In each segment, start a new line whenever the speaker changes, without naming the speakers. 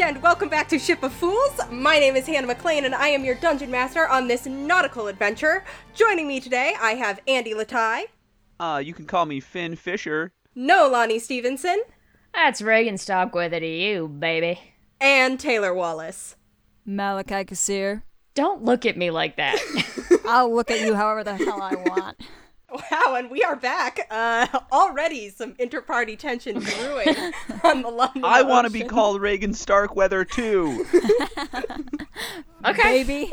and welcome back to Ship of Fools. My name is Hannah McLean, and I am your dungeon master on this nautical adventure. Joining me today, I have Andy Latai,
Uh, you can call me Finn Fisher.
No Lonnie Stevenson,
That's Reagan Stockwither to you, baby.
and Taylor Wallace.
Malachi Kassir.
Don't look at me like that.
I'll look at you however the hell I want.
Wow, and we are back. Uh, already some inter-party tension brewing on the London.
I want to
ocean.
be called Reagan Starkweather too.
Okay.
Baby.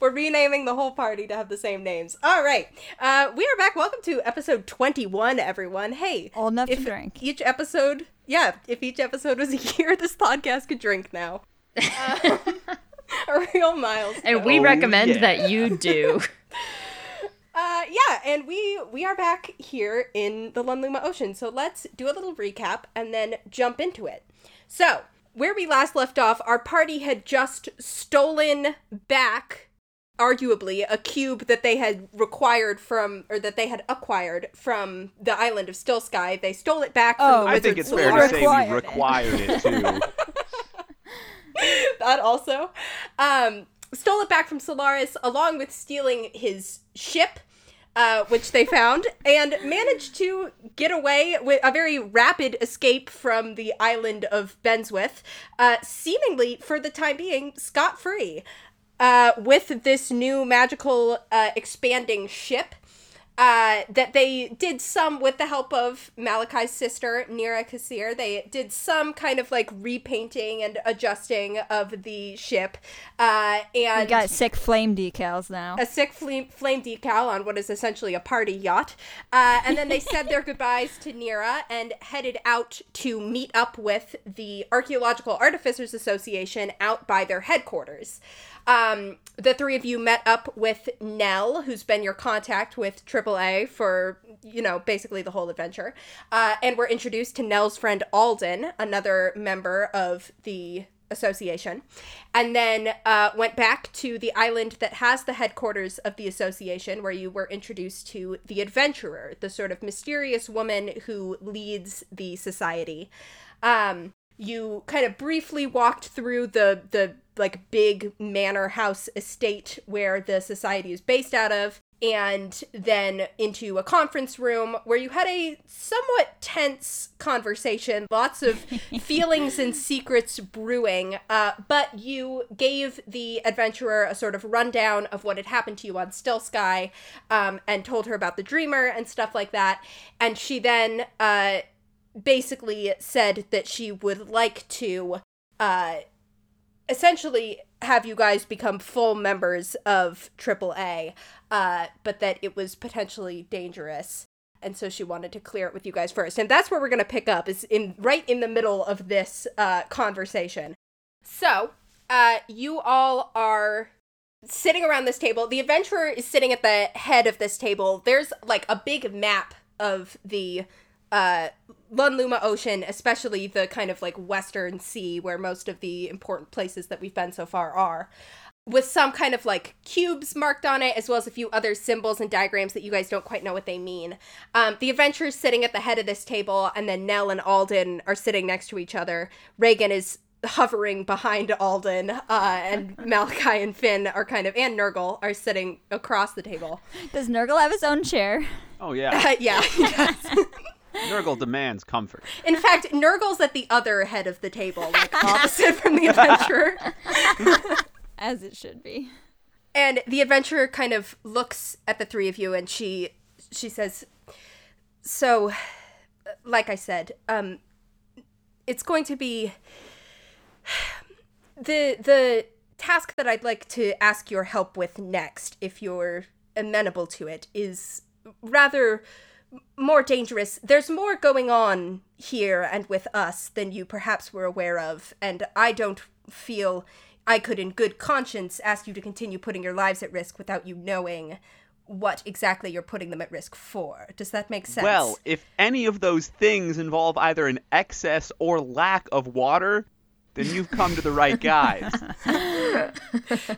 We're renaming the whole party to have the same names. All right, uh, we are back. Welcome to episode twenty-one, everyone. Hey,
Old enough
if
to drink.
Each episode, yeah. If each episode was a year, this podcast could drink now. Um, a real milestone.
And we
Oh,
recommend
yeah.
that you do.
Uh, yeah, and we we are back here in the Lunluma Ocean. So let's do a little recap and then jump into it. So where we last left off, our party had just stolen back, arguably, a cube that they had required from or that they had acquired from the island of Still Sky. They stole it back from
Oh.
the
I think
wizard's
it's
Wizards
fair
lord.
to say we required it too.
that also. Um, stole it back from Solaris along with stealing his ship, uh, which they found, and managed to get away with a very rapid escape from the island of Benswith, uh, seemingly for the time being scot free, uh, with this new magical uh, expanding ship. Uh, that they did some with the help of Malachi's sister, Nira Kassir. They did some kind of like repainting and adjusting of the ship. Uh,
I
and
got sick flame decals now.
a sick flame, flame decal on what is essentially a party yacht. Uh, and then they said their goodbyes to Nira and headed out to meet up with the Archaeological Artificers Association out by their headquarters. Um, the three of you met up with Nell, who's been your contact with AAA for, you know, basically the whole adventure, uh, and were introduced to Nell's friend Alden, another member of the association and then uh, went back to the island that has the headquarters of the association where you were introduced to the adventurer the sort of mysterious woman who leads the society um, you kind of briefly walked through the the like big manor house estate where the society is based out of and then into a conference room where you had a somewhat tense conversation, lots of feelings and secrets brewing. Uh, but you gave the adventurer a sort of rundown of what had happened to you on Still Sky um, and told her about the dreamer and stuff like that. And she then uh, basically said that she would like to. Uh, essentially have you guys become full members of AAA, uh, but that it was potentially dangerous. And so she wanted to clear it with you guys first. And that's where we're going to pick up, is in right in the middle of this uh, conversation. So uh, you all are sitting around this table. The adventurer is sitting at the head of this table. There's like a big map of the uh, Lunluma Ocean, especially the kind of like Western Sea where most of the important places that we've been so far are, with some kind of like cubes marked on it, as well as a few other symbols and diagrams that you guys don't quite know what they mean. Um, the adventurer is sitting at the head of this table, and then Nell and Alden are sitting next to each other. Reagan is hovering behind Alden, uh, and Malachi and Finn are kind of, and Nurgle are sitting across the table.
Does Nurgle have his own chair?
Oh yeah,
yeah.
Nurgle demands comfort.
In fact, Nurgle's at the other head of the table, like opposite from the adventurer.
As it should be.
And the adventurer kind of looks at the three of you and she she says, "So, like I said, um it's going to be the the task that I'd like to ask your help with next, if you're amenable to it, is rather more dangerous. There's more going on here and with us than you perhaps were aware of, and I don't feel I could, in good conscience, ask you to continue putting your lives at risk without you knowing what exactly you're putting them at risk for. Does that make sense?
Well, if any of those things involve either an excess or lack of water, then you've come to the right guys.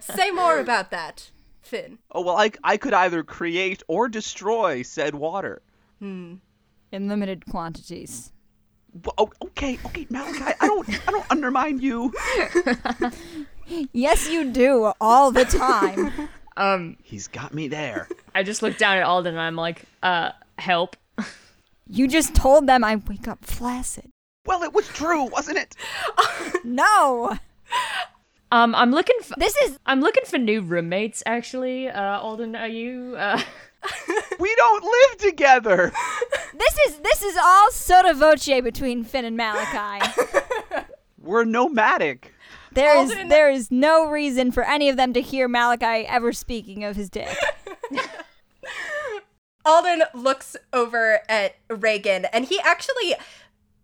say more about that, Finn.
Oh well, I I could either create or destroy said water.
In limited quantities.
oh, okay, okay, Malachi, I don't, I don't undermine you.
Yes, you do all the time.
Um,
He's got me there.
I just looked down at Alden and I'm like, uh, help.
you just told them I wake up flaccid.
Well, it was true, wasn't it?
No,
Um, I'm looking for
this is
I'm looking for new roommates. Actually, uh, Alden, are you? Uh,
We don't live together.
this is this is all sotto voce between Finn and Malachi.
We're nomadic.
There is
Alden-
there is no reason for any of them to hear Malachi ever speaking of his dick.
Alden looks over at Reagan and he actually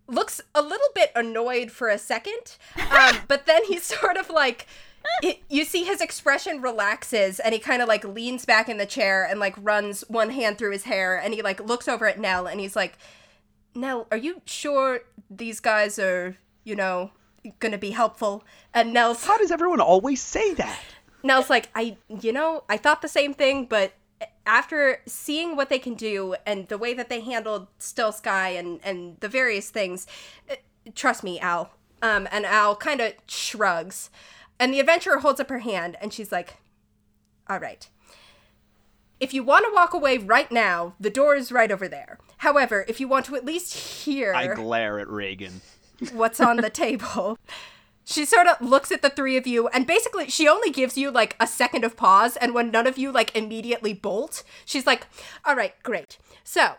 looks a little bit annoyed for a second. Um, but then he's sort of like, it, you see his expression relaxes and he kind of like leans back in the chair and like runs one hand through his hair and he like looks over at Nell and he's like, Nell, are you sure these guys are, you know, gonna be helpful? And Nell's
How does everyone always say that?
Nell's like, I, you know, I thought the same thing, but after seeing what they can do and the way that they handled Still Sky and and the various things, eh, trust me, Al. Um, and Al kind of shrugs, and the adventurer holds up her hand and she's like, "All right." If you want to walk away right now, the door is right over there. However, if you want to at least hear
I glare at Reagan.
what's on the table. She sort of looks at the three of you and basically she only gives you like a second of pause and when none of you like immediately bolt, she's like, "All right, great." So,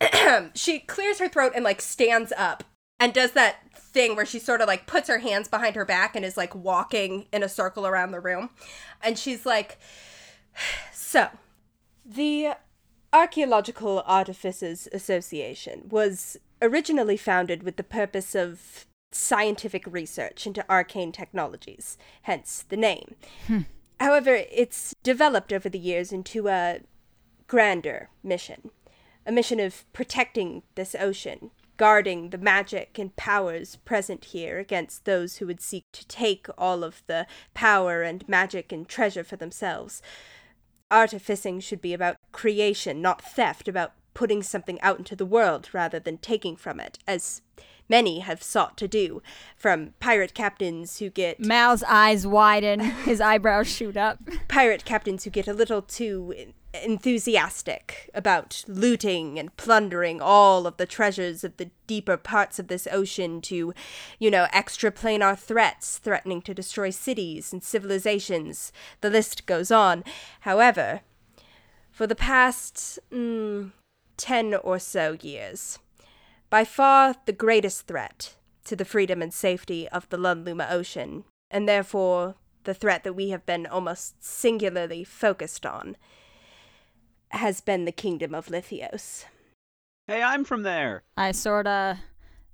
she clears her throat and like stands up and does that thing where she sort of like puts her hands behind her back and is like walking in a circle around the room. And she's like, "So, the Archaeological Artificers Association was originally founded with the purpose of scientific research into arcane technologies, hence the name. However, it's developed over the years into a grander mission a mission of protecting this ocean, guarding the magic and powers present here against those who would seek to take all of the power and magic and treasure for themselves artificing should be about creation, not theft, about putting something out into the world rather than taking from it, as many have sought to do, from pirate captains who get
Mal's eyes widen, his eyebrows shoot up.
pirate captains who get a little too en- enthusiastic about looting and plundering all of the treasures of the deeper parts of this ocean to, you know, extraplanar threats threatening to destroy cities and civilizations. The list goes on. However, for the past mm, 10 or so years, by far the greatest threat to the freedom and safety of the Lunluma Ocean, and therefore the threat that we have been almost singularly focused on, has been the kingdom of Lithios.
Hey, I'm from there.
I sorta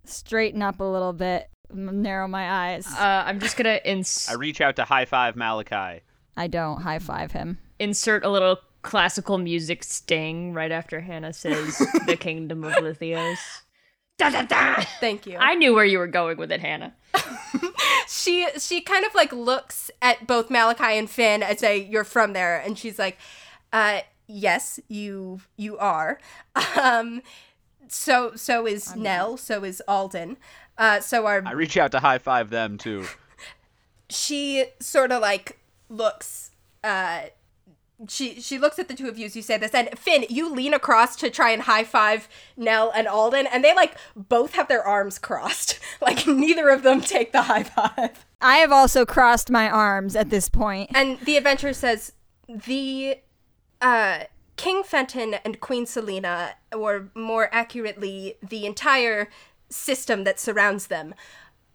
straighten up a little bit, m- narrow my eyes.
uh, I'm just gonna ins-
I reach out to high five Malachi.
I don't high five him.
insert a little classical music sting right after Hannah says the kingdom of Lithios. Da, da, da.
Thank you.
I knew where you were going with it, Hannah.
she she kind of like looks at both Malachi and Finn and say, "You're from there," and she's like, "Uh, yes, you you are." Um, so so is Nell. So is Alden. Uh, so are
I reach out to high five them too.
she sort of like looks uh she she looks at the two of you as you say this and Finn you lean across to try and high five Nell and Alden and they like both have their arms crossed like neither of them take the high five
I have also crossed my arms at this point.
and the adventurer says the uh King Fenton and Queen Selina or more accurately the entire system that surrounds them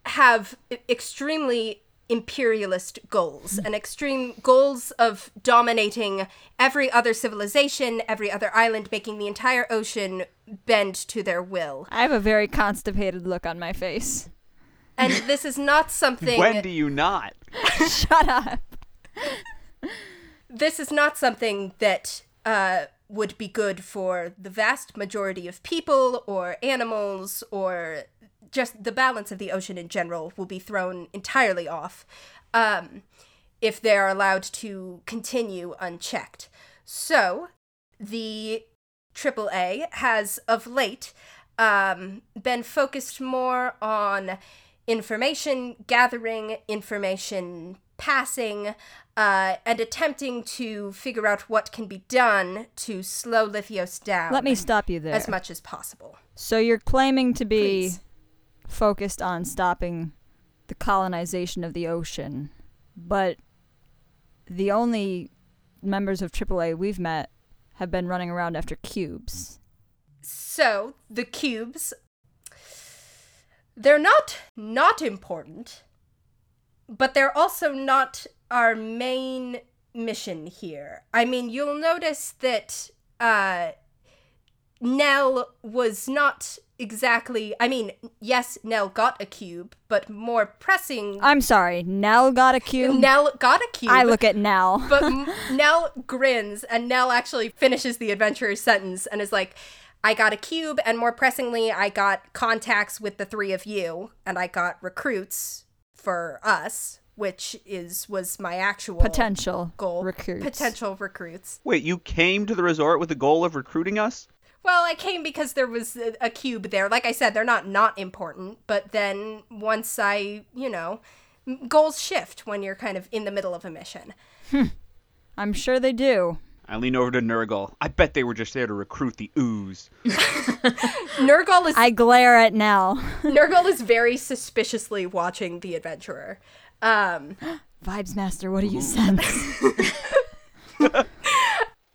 have e- extremely imperialist goals and extreme goals of dominating every other civilization, every other island, making the entire ocean bend to their will.
I have a very constipated look on my face.
And this is not something
When do you not?
Shut up.
this is not something that uh, would be good for the vast majority of people or animals or just the balance of the ocean in general will be thrown entirely off um, if they are allowed to continue unchecked. So, the AAA has of late um, been focused more on information gathering, information passing, uh, and attempting to figure out what can be done to slow Lithios down
Let me stop you there.
as much as possible.
So you're claiming to be
Please.
focused on stopping the colonization of the ocean, but the only members of AAA we've met have been running around after cubes.
So the cubes, they're not not important, but they're also not our main mission here. I mean, you'll notice that uh, Nell was not exactly. I mean, yes, Nell got a cube, but more pressing,
I'm sorry, Nell got a cube.
Mm. Nell got a cube.
I look at Nell.
But M- Nell grins, and Nell actually finishes the adventurer's sentence and is like, I got a cube, and more pressingly, I got contacts with the three of you, and I got recruits for us, which is was my actual
Potential
goal.
recruits.
Potential recruits.
Wait, you came to the resort with the goal of recruiting us?
Well, I came because there was a, a cube there. Like I said, they're not not important, but then once I, you know, m- goals shift when you're kind of in the middle of a mission.
I'm sure they do.
I lean over to Nurgle. I bet they were just there to recruit the ooze.
Nurgle is
I glare at Nell.
Nurgle is very suspiciously watching the adventurer. Um,
Vibes Master, what do you sense?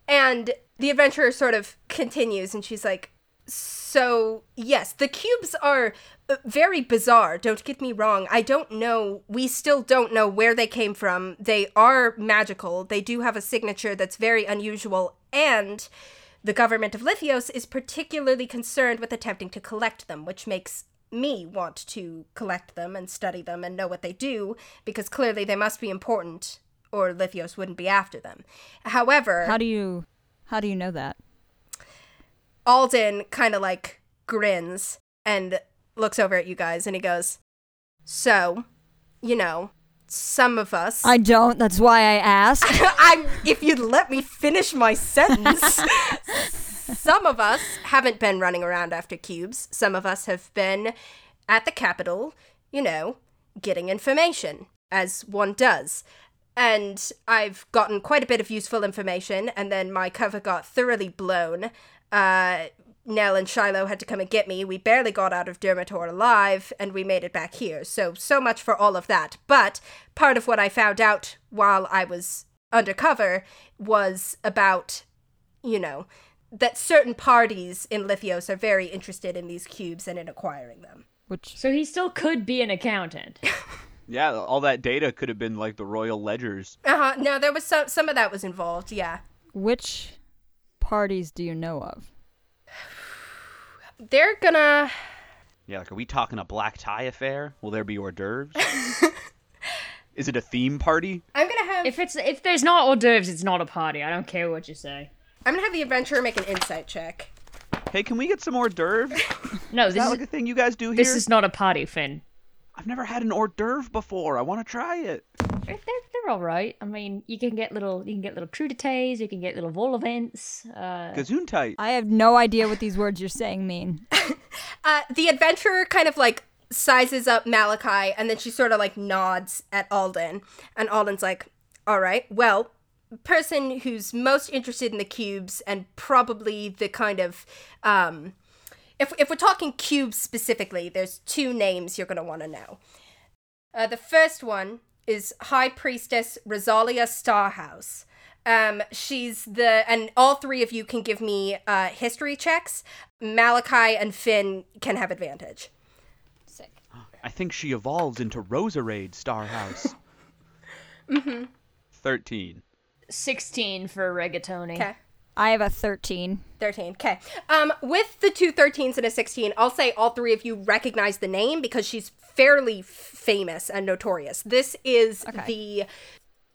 and the adventurer sort of continues and she's like, So, yes, the cubes are uh, very bizarre. Don't get me wrong. I don't know. We still don't know where they came from. They are magical, they do have a signature that's very unusual. And the government of Lithios is particularly concerned with attempting to collect them, which makes me want to collect them and study them and know what they do, because clearly they must be important, or Lithios wouldn't be after them. However,
how do you how do you know that?
Alden kind of like grins and looks over at you guys and he goes, So, you know, some of us.
I don't. That's why I asked.
I'm, if you'd let me finish my sentence. some of us haven't been running around after cubes. Some of us have been at the capital, you know, getting information, as one does. And I've gotten quite a bit of useful information, and then my cover got thoroughly blown. Uh, Nell and Shiloh had to come and get me. We barely got out of Dermator alive, and we made it back here. So, so much for all of that. But part of what I found out while I was undercover was about, you know, that certain parties in Lithios are very interested in these cubes and in acquiring them.
Which
So he still could be an accountant.
Yeah, all that data could have been like the royal ledgers.
Uh huh. No, there was some some of that was involved. Yeah,
which parties do you know of?
they're gonna.
Yeah, like are we talking a black tie affair? Will there be hors d'oeuvres? Is it a theme party?
I'm gonna have.
If it's if there's not hors d'oeuvres, it's not a party. I don't care what you say.
I'm gonna have the adventurer make an insight check.
Hey, can we get some hors d'oeuvres? Is
No, this
that
is,
like a thing you guys do here?
this is not a party, Finn.
I've never had an hors d'oeuvre before. I want to try it.
They're, they're, they're all right. I mean, you can get little you can get little crudités, you can get little vol events. Uh,
Gazuntite.
I have no idea what these words you're saying mean.
Uh, the adventurer kind of like sizes up Malachi and then she sort of like nods at Alden. And Alden's like, all right, well, person who's most interested in the cubes and probably the kind of. Um, if, if we're talking cubes specifically, there's two names you're going to want to know. Uh, the first one is High Priestess Rosalia Starhouse. Um, she's the, and all three of you can give me uh, history checks. Malachi and Finn can have advantage.
I think she evolved into Roserade Starhouse. mm-hmm. Thirteen.
Sixteen for rigatoni.
Okay.
I have a 13.
13. Okay. Um, with the two 13s and a 16, I'll say all three of you recognize the name because she's fairly f- famous and notorious. This is
Okay.
the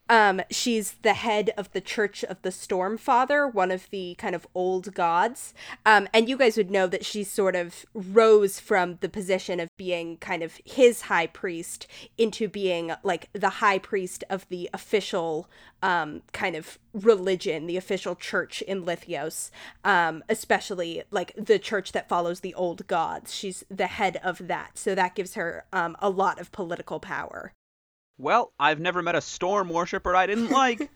Um, she's the head of the Church of the Storm Father, one of the kind of old gods. Um, and you guys would know that she sort of rose from the position of being kind of his high priest into being like the high priest of the official um, kind of religion, the official church in Lithios, um, especially like the church that follows the old gods. She's the head of that. So that gives her um, a lot of political power.
Well, I've never met a storm worshiper I didn't like.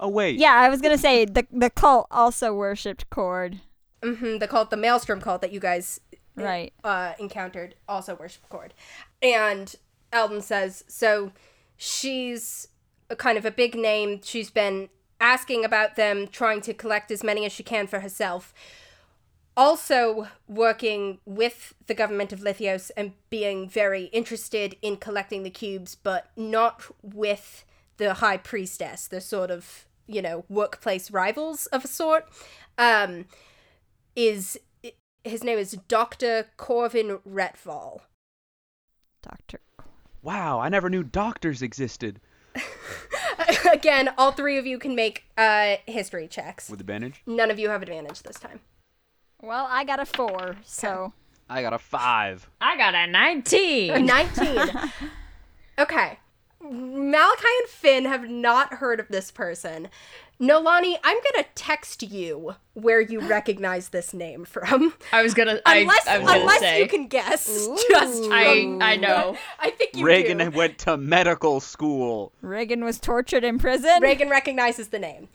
oh wait.
Yeah, I was gonna say the the cult also worshipped Cord.
hmm the cult, the Maelstrom cult that you guys
Right.
uh, encountered also worship Cord. And Eldon says, so she's a kind of a big name. She's been asking about them, trying to collect as many as she can for herself. Also working with the government of Lithios and being very interested in collecting the cubes, but not with the high priestess, the sort of, you know, workplace rivals of a sort. Um, is his name is Dr. Corvin Retval.
Doctor
Wow, I never knew doctors existed.
Again, all three of you can make uh, history checks.
With advantage?
None of you have advantage this time.
Well, I got a four, so
I got a five.
I got a 19.
19. okay. Malachi and Finn have not heard of this person. Nolani, I'm going to text you where you recognize this name from.
I was gonna.
Unless,
I, I was gonna
unless
say.
you can guess. Just
I
from-
I know.
I think you
Reagan
do.
went to medical school.
Reagan was tortured in prison.
Reagan recognizes the name.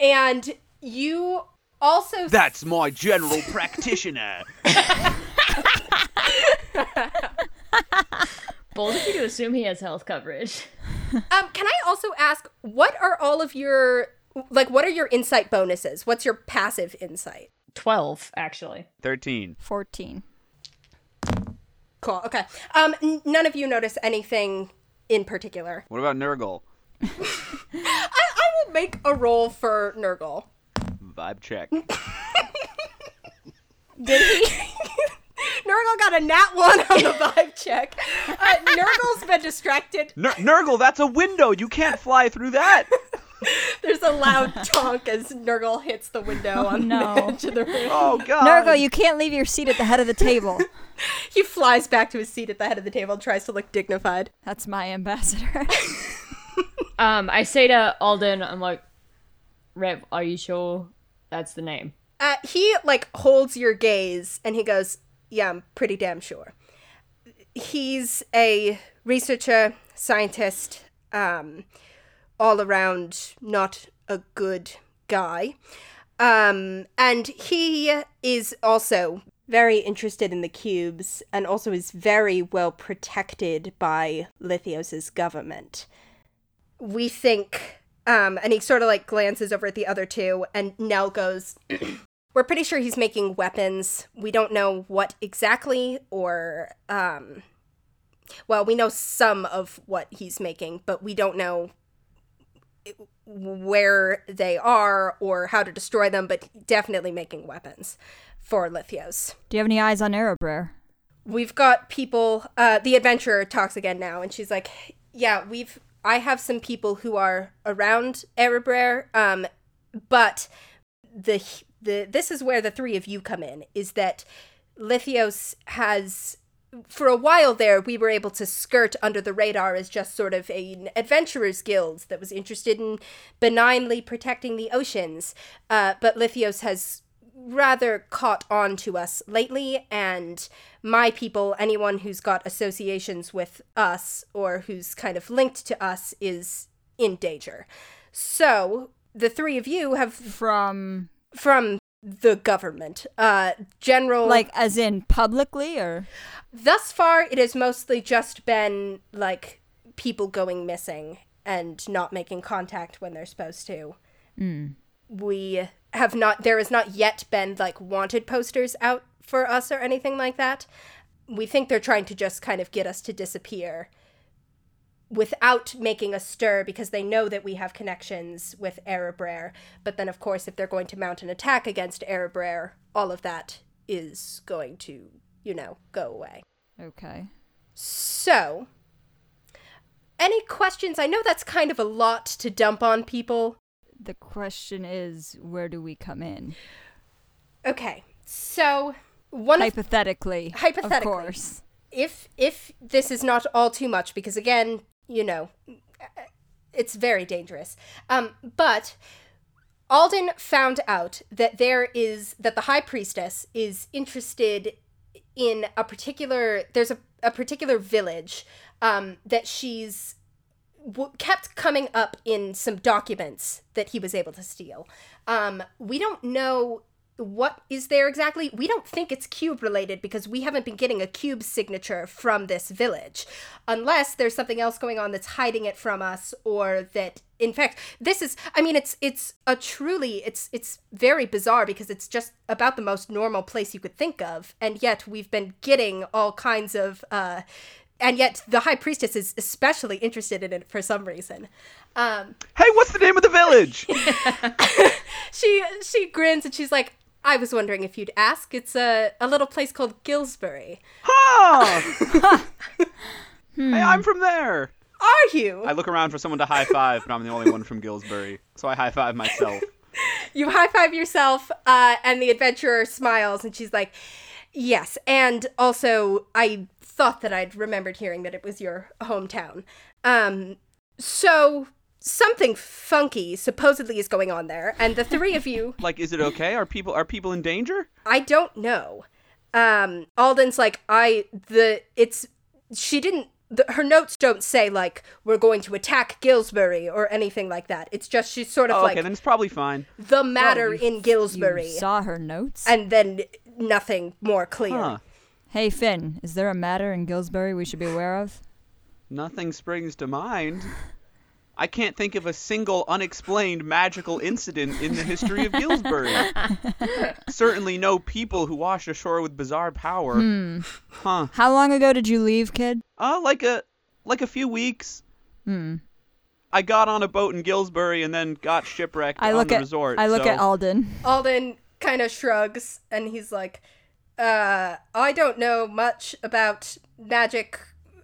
And you also
That's my general practitioner.
Bold of you to assume he has health coverage.
Um, can I also ask what are all of your like what are your insight bonuses? What's your passive insight?
Twelve, actually.
13.
Fourteen.
Cool. Okay. Um, n- none of you notice anything in particular.
What about Nurgle?
I, I will make a roll for Nurgle.
Vibe check.
Nurgle got a nat one on the vibe check. Uh, Nurgle's been distracted.
Nur- Nurgle, that's a window. You can't fly through that.
There's a loud tonk as Nurgle hits the window on the
Oh, no.
edge of the room.
Oh god.
Nurgle, you can't leave your seat at the head of the table.
He flies back to his seat at the head of the table and tries to look dignified.
That's my ambassador.
Um, I say to Alden, I'm like, Rev, are you sure that's the name?
Uh, he like holds your gaze and he goes, "Yeah, I'm pretty damn sure." He's a researcher, scientist, um, all around not a good guy, um, and he is also very interested in the cubes and also is very well protected by Lithios's government we think um and he sort of like glances over at the other two and nell goes we're pretty sure he's making weapons we don't know what exactly or um well we know some of what he's making but we don't know where they are or how to destroy them but definitely making weapons for lithios
Do you have any eyes on Erebrer?
we've got people uh the adventurer talks again now and she's like yeah we've i have some people who are around erebrer um but the the this is where the three of you come in is that lithios has for a while there we were able to skirt under the radar as just sort of an adventurers guild that was interested in benignly protecting the oceans uh, but lithios has rather caught on to us lately and my people anyone who's got associations with us or who's kind of linked to us is in danger so the three of you have
From
from the government uh general
like as in publicly or
thus far it has mostly just been like people going missing and not making contact when they're supposed to we have not there has not yet been like wanted posters out for us or anything like that we think they're trying to just kind of get us to disappear without making a stir because they know that we have connections with Erebrer. But then, of course, if they're going to mount an attack against Erebrer, all of that is going to, you know, go away.
Okay.
So, Any questions? I know that's kind of a lot to dump on people.
The question is, where do we come in?
Okay, so one of
hypothetically.
Hypothetically.
Of course.
if if this is not all too much because again you know it's very dangerous um but alden found out that there is that the high priestess is interested in a particular there's a, a particular village um that she's w- kept coming up in some documents that he was able to steal um we don't know what is there exactly? We don't think it's cube related because we haven't been getting a cube signature from this village. Unless there's something else going on that's hiding it from us or that in fact this is I mean it's it's a truly it's it's very bizarre because it's just about the most normal place you could think of and yet we've been getting all kinds of uh and yet the high priestess is especially interested in it for some reason. Um
Hey, what's the name of the village?
she she grins and she's like, I was wondering if you'd ask. It's a, a little place called Gillsbury.
Huh? Hey, I'm from there.
Are you?
I look around for someone to high five, but I'm the only one from Gillsbury, so I high five myself.
You high five yourself, uh, and the adventurer smiles and she's like, Yes. And also, I thought that I'd remembered hearing that it was your hometown. Um, so, something funky supposedly is going on there, and the three of you
Like, is it okay? Are people are people in danger?
I don't know. Um, Alden's like, I, the, it's, she didn't, the, her notes don't say, like, we're going to attack Gillsbury or anything like that. It's just, she's sort of
Oh,
like,
okay, then Oh, it's probably fine.
the matter
you-
in Gillsbury.
You saw her notes?
and then nothing more clear.
Huh?
hey, Finn, is there a matter in Gillsbury we should be aware of?
Nothing springs to mind. I can't think of a single unexplained magical incident in the history of Gillsbury. Certainly no people who washed ashore with bizarre power. Huh.
How long ago did you leave, kid?
Uh, like a like a few weeks.
Hmm.
I got on a boat in Gillsbury and then got shipwrecked
I look
on the
at
resort.
I look
so
at Alden.
Alden kind of shrugs and he's like, uh, I don't know much about magic,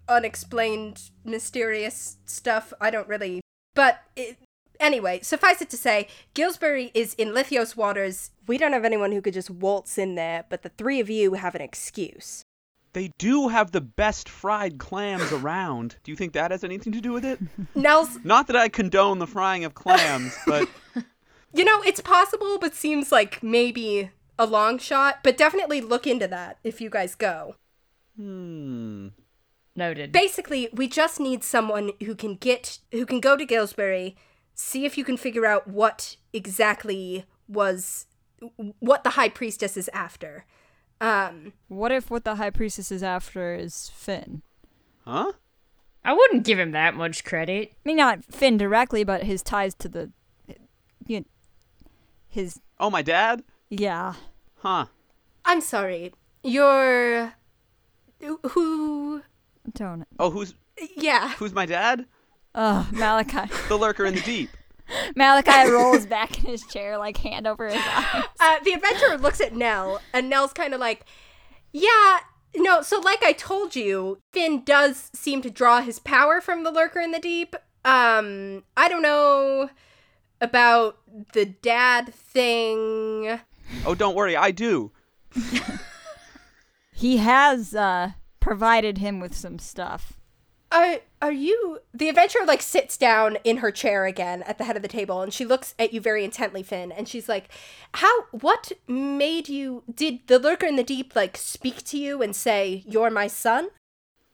unexplained, mysterious stuff. I don't really. But it, anyway, suffice it to say, Gillsbury is in Lithios waters. We don't have anyone who could just waltz in there, but the three of you have an excuse.
they do have the best fried clams around. Do you think that has anything to do with it?
Nels,
Not that I condone the frying of clams, but
you know, it's possible, but seems like maybe a long shot, but definitely look into that if you guys go.
hmm.
Noted.
basically we just need someone who can get who can go to Gillsbury, see if you can figure out what exactly was what the high priestess is after. Um
What if what the high priestess is after is Finn?
Huh?
I wouldn't give him that much credit.
I mean, not Finn directly, but his ties to the, you, his
Oh, my dad?
yeah.
Huh.
I'm sorry. You're who
Don't.
Oh, who's
yeah.
who's my dad?
Ugh, Malachi.
The lurker in the deep.
Malachi rolls back in his chair, like hand over his eye.
Uh, the adventurer looks at Nell, and Nell's kind of like, Yeah, no, so like I told you, Finn does seem to draw his power from the lurker in the deep. Um, I don't know about the dad thing.
Oh, don't worry, I do.
He has uh, provided him with some stuff.
Are, are you. The adventurer, like, sits down in her chair again at the head of the table, and she looks at you very intently, Finn, and she's like, How. What made you. Did the lurker in the deep, like, speak to you and say, You're my son?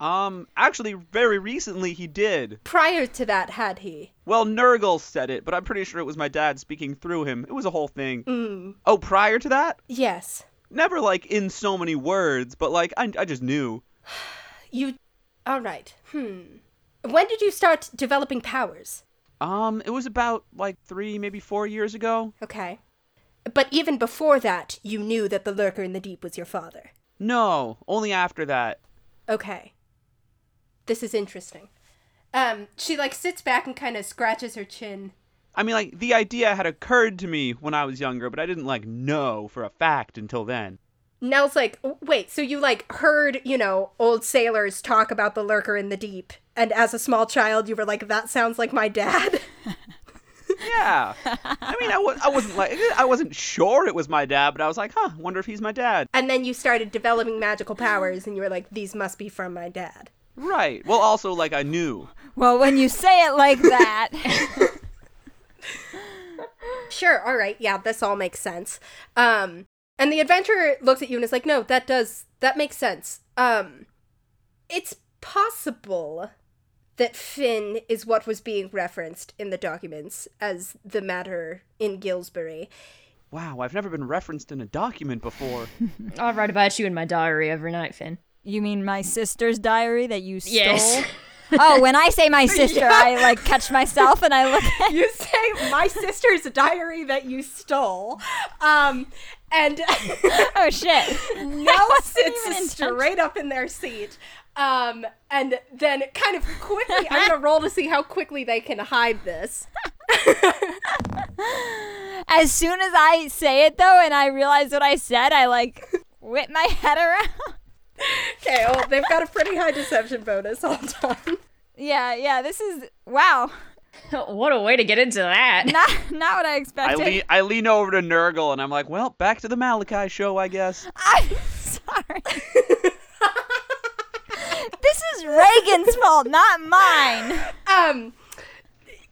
Um, actually, very recently he did.
Prior to that, had he?
Well, Nurgle said it, but I'm pretty sure it was my dad speaking through him. It was a whole thing.
Mm,
Oh, prior to that?
yes.
Never like in so many words, but like I, I just knew.
You. All right. Hmm. When did you start developing powers?
Um, it was about like three, maybe four years ago.
Okay. But even before that, you knew that the lurker in the deep was your father.
No, only after that.
Okay. This is interesting. Um, she like sits back and kind of scratches her chin.
I mean, like the idea had occurred to me when I was younger, but I didn't like know for a fact until then.
Nell's like, wait, so you like heard, you know, old sailors talk about the lurker in the deep. And as a small child, you were like, that sounds like my dad.
Yeah. I mean, I, was, I wasn't like I wasn't sure it was my dad, but I was like, huh, wonder if he's my dad.
And then you started developing magical powers and you were like, these must be from my dad.
Right. Well, also like I knew.
Well, when you say it like that,
Sure, all right, yeah, this all makes sense. Um, and the adventurer looks at you and is like, no, that does, that makes sense. Um, it's possible that Finn is what was being referenced in the documents as the matter in Gillsbury.
Wow, I've never been referenced in a document before.
I write about you in my diary every night, Finn.
you mean my sister's diary that you stole?
Yes.
Oh, when I say my sister, I like catch myself and I look at
you say my sister's diary that you stole um and
Oh shit.
Nell
even
sits straight up in their seat um and then kind of quickly i'm gonna roll to see how quickly they can hide this
As soon as I say it though and I realize what I said, I like whip my head around.
okay well they've got a pretty high deception bonus all done
Yeah, yeah, this is wow.
what a way to get into that.
Not not what I
I
expected.
lean I lean over to Nurgle and I'm like, well, back to the Malachi show, I guess.
I'm sorry. this is Reagan's fault, not mine.
um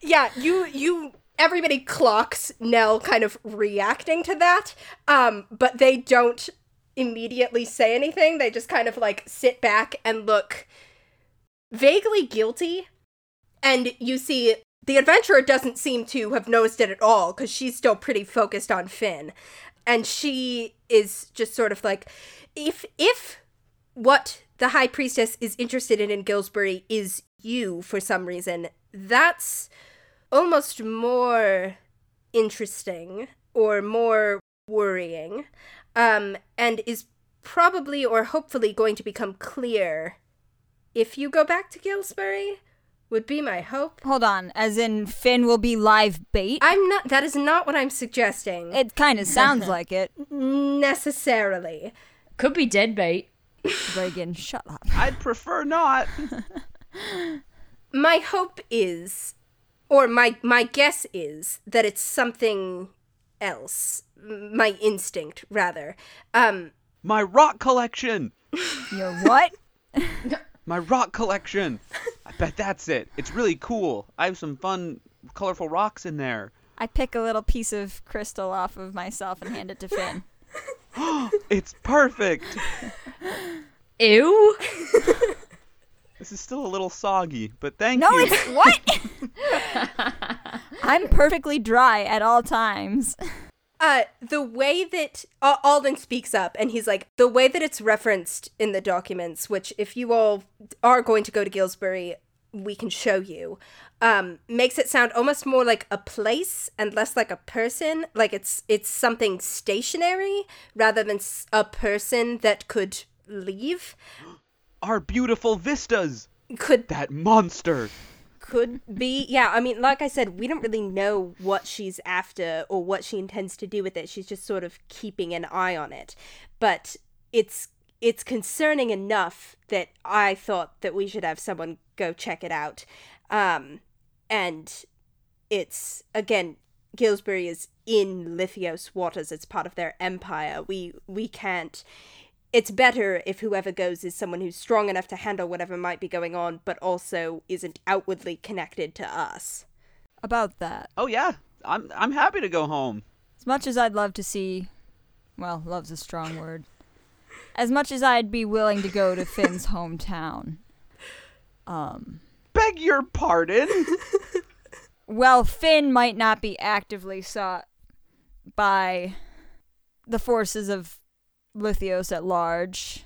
yeah you you everybody clocks nell kind of reacting to that um but they don't immediately say anything they just kind of like sit back and look vaguely guilty and you see the adventurer doesn't seem to have noticed it at all because she's still pretty focused on finn and she is just sort of like if if what the high priestess is interested in in Gillsbury is you for some reason. That's almost more interesting or more worrying um, and is probably or hopefully going to become clear if you go back to Gillsbury, would be my hope.
Hold on, as in Finn will be live bait?
I'm not, that is not what I'm suggesting
it kind of sounds like it.
necessarily.
Could be dead bait.
Reagan, shut up.
I'd prefer not.
my hope is or my my guess is that it's something else M- my instinct rather um
My rock collection.
Your what?
My rock collection. I bet that's it. It's really cool. I have some fun colorful rocks in there.
I pick a little piece of crystal off of myself and hand it to Finn.
It's perfect.
Ew.
This is still a little soggy, but thank
No,
you.
it's what? I'm perfectly dry at all times.
uh the way that Al- alden speaks up and he's like the way that it's referenced in the documents which if you all are going to go to gillsbury we can show you um makes it sound almost more like a place and less like a person like it's it's something stationary rather than s- a person that could leave
Our beautiful vistas.
could
That monster.
could be yeah i mean like i said we don't really know what she's after or what she intends to do with it she's just sort of keeping an eye on it but it's it's concerning enough that i thought that we should have someone go check it out um and it's again gillsbury is in lithios waters it's part of their empire we we can't it's better if whoever goes is someone who's strong enough to handle whatever might be going on, but also isn't outwardly connected to us.
About that.
Oh yeah. I'm I'm happy to go home.
As much as I'd love to see, well, love's a strong word. As much as I'd be willing to go to Finn's hometown. Um,
Beg your pardon.
well, Finn might not be actively sought by the forces of Lithios at large.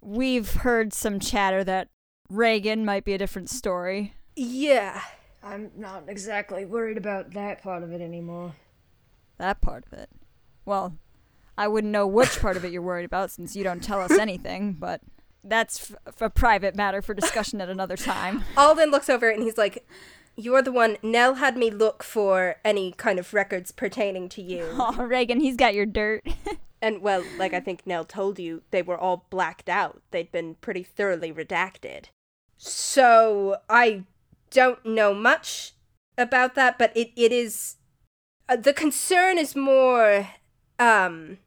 We've heard some chatter that Reagan might be a different story.
Yeah.
I'm not exactly worried about that part of it anymore.
That part of it. Well, I wouldn't know which part of it you're worried about since you don't tell us anything, but that's f- f- a private matter for discussion at another time.
Alden looks over and he's like, You're the one. Nell had me look for any kind of records pertaining to you.
Oh, Reagan, he's got your dirt.
And well, like I think Nell told you, they were all blacked out. They'd been pretty thoroughly redacted. So I don't know much about that, but it, it is. Uh, the concern is more. Um,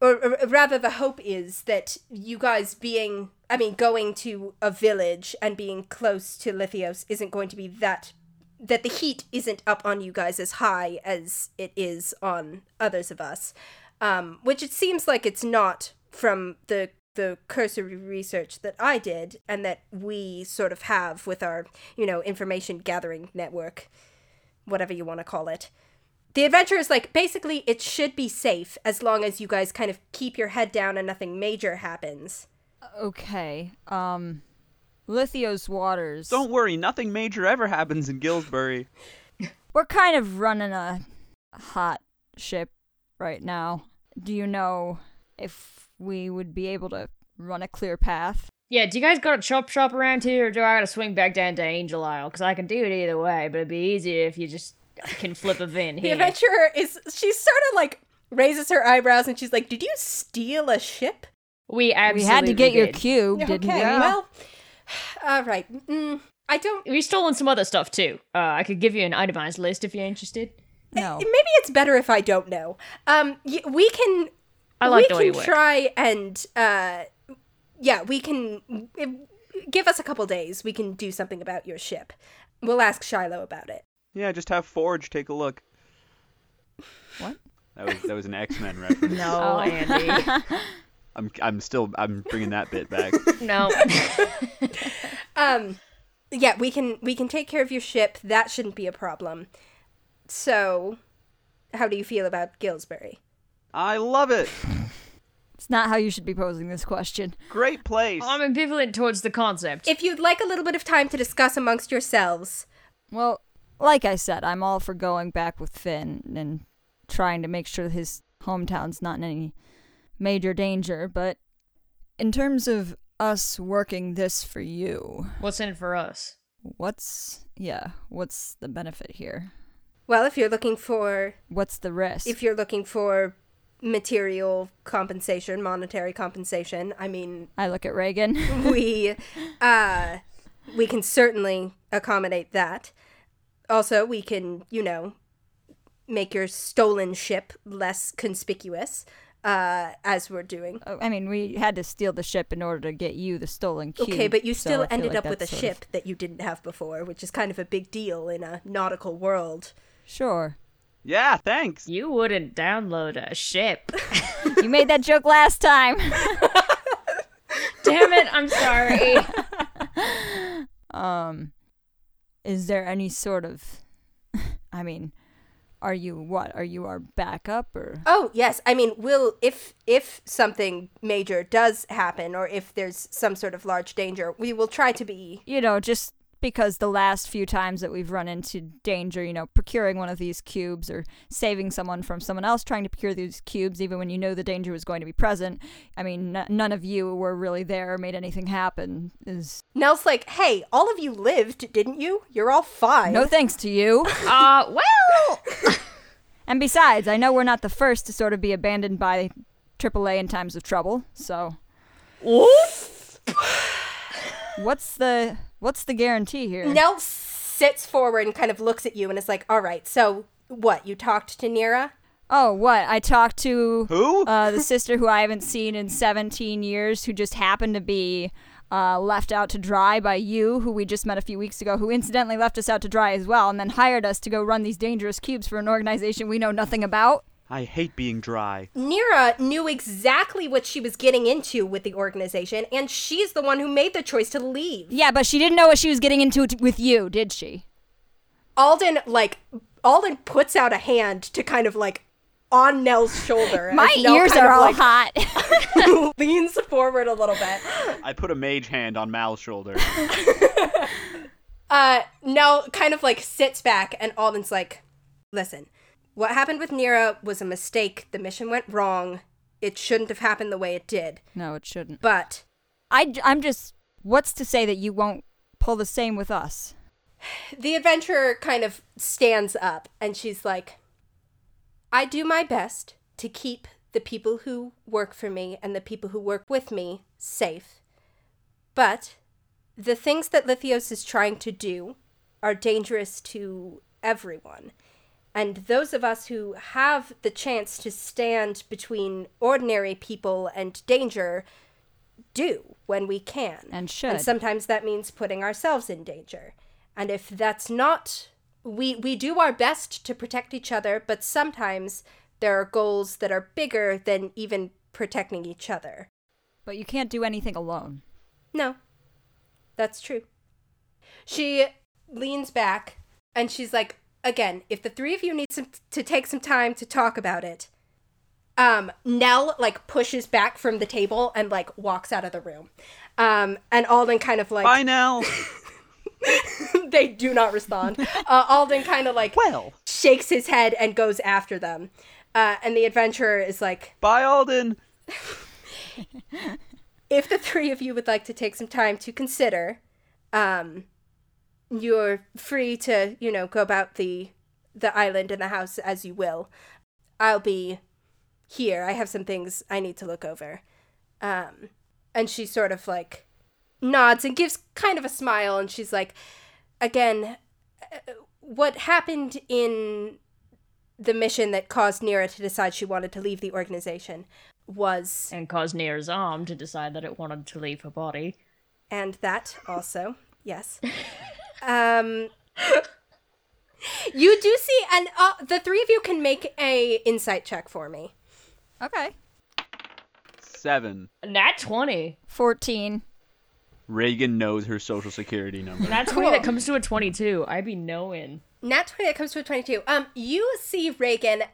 or, or rather, the hope is that you guys being. I mean, going to a village and being close to Lithios isn't going to be that. That the heat isn't up on you guys as high as it is on others of us um, which it seems like it's not from the the cursory research that I did and that we sort of have with our you know information gathering network, whatever you want to call it. The adventure is like basically it should be safe as long as you guys kind of keep your head down and nothing major happens.
Okay. Um, Lithios Waters.
Don't worry, nothing major ever happens in Gillsbury.
We're kind of running a hot ship right now. Do you know if we would be able to run a clear path?
Yeah, do you guys got a chop shop around here, or do I gotta swing back down to Angel Isle? Because I can do it either way, but it'd be easier if you just can flip a VIN
The
here.
adventurer is she's sort of like raises her eyebrows and she's like, "Did you steal a ship?"
we absolutely
we had to get your
did.
cube, didn't
okay,
we?
well, all right. Mm, I don't
We've stolen some other stuff too. Uh, I could give you an itemized list if you're interested.
No.
Maybe it's better if I don't know. Um, y- we can.
I
we
like the way
can
you work.
try and uh, yeah, we can. Give us a couple days. We can do something about your ship. We'll ask Shiloh about it.
Yeah, just have Forge take a look.
What?
That was that was an X Men reference.
No,
Oh.
Andy.
I'm I'm still I'm bringing that bit back.
no.
Um, yeah, we can. We can take care of your ship. That shouldn't be a problem. So, how do you feel about Gillsbury?
I love it.
It's not how you should be posing this question.
Great place.
I'm ambivalent towards the concept.
If you'd like a little bit of time to discuss amongst yourselves,
Well, like I said, I'm all for going back with Finn and trying to make sure his hometown's not in any major danger, but in terms of us working this for you,
What's in it for us?
what's yeah, what's the benefit here?
well, if you're looking for
What's the risk?
if you're looking for material compensation, monetary compensation, I mean,
I look at Reagan.
we uh, we can certainly accommodate that. Also, we can, you know, make your stolen ship less conspicuous uh, as we're doing.
Oh, I mean, we had to steal the ship in order to get you the stolen cube.
Okay, but you
so
still
I feel
ended
like
up with a
that's sort of-
ship that you didn't have before, which is kind of a big deal in a nautical world.
Sure.
Yeah, thanks.
You wouldn't download a ship.
You made that joke last time.
Damn it, I'm sorry.
Um, is there any sort of? I mean, are you what? Are you our backup or?
Oh yes, I mean, will if if something major does happen, or if there's some sort of large danger, we will try to be.
You know, just because the last few times that we've run into danger, you know, procuring one of these cubes or saving someone from someone else trying to procure these cubes, even when you know the danger was going to be present. I mean, n- none of you were really there or made anything happen. Is
Nell's like, hey, all of you lived, didn't you? You're all fine.
no thanks to you.
Uh, well,
And besides, I know we're not the first to sort of be abandoned by AAA in times of trouble. So, what's the what's the guarantee here?
Nell sits forward and kind of looks at you and is like, all right, so what? You talked to Nira?
Oh, what? I talked to
Who?
uh, the sister who I haven't seen in 17 years, who just happened to be uh, left out to dry by you, who we just met a few weeks ago, who incidentally left us out to dry as well, and then hired us to go run these dangerous cubes for an organization we know nothing about.
I hate being dry.
Nira knew exactly what she was getting into with the organization, and she's the one who made the choice to leave.
Yeah, but she didn't know what she was getting into t- with you, did she?
Alden like Alden puts out a hand to kind of like on Nell's shoulder. as
My
Nell
ears
kind
are
of,
all
like,
hot.
leans forward a little bit.
I put a mage hand on Mal's shoulder.
Uh, Nell kind of like sits back, and Alden's like, "Listen, what happened with Nira was a mistake. The mission went wrong. It shouldn't have happened the way it did.
No, it shouldn't.
But
I, am just. What's to say that you won't pull the same with us?
the adventurer kind of stands up and she's like, I do my best to keep the people who work for me and the people who work with me safe. But the things that Lithios is trying to do are dangerous to everyone. And those of us who have the chance to stand between ordinary people and danger do when we can.
And should.
And sometimes that means putting ourselves in danger. And if that's not we we do our best to protect each other, but sometimes there are goals that are bigger than even protecting each other.
But you can't do anything alone.
No. That's true. She leans back and she's like, again, if the three of you need some to take some time to talk about it, um, Nell like pushes back from the table and like walks out of the room. Um, and Alden kind of like
Bye now.
they do not respond. Uh, Alden kind of like
Well.
shakes his head and goes after them. Uh, and the adventurer is like,
Bye Alden.
if the three of you would like to take some time to consider, um, you're free to you know go about the the island and the house as you will. I'll be here. I have some things I need to look over. Um, and she sort of like nods and gives kind of a smile, and she's like, again, uh, what happened in the mission that caused Nira to decide she wanted to leave the organization was
and caused Nira's arm to decide that it wanted to leave her body.
and that also yes um you do see and uh, the three of you can make a insight check for me
Okay.
Seven.
Nat 20.
14.
Reagan knows her social security number.
Nat 20
Cool.
that comes to a 22. I be knowing.
nat 20 that comes to a 22 um you see reagan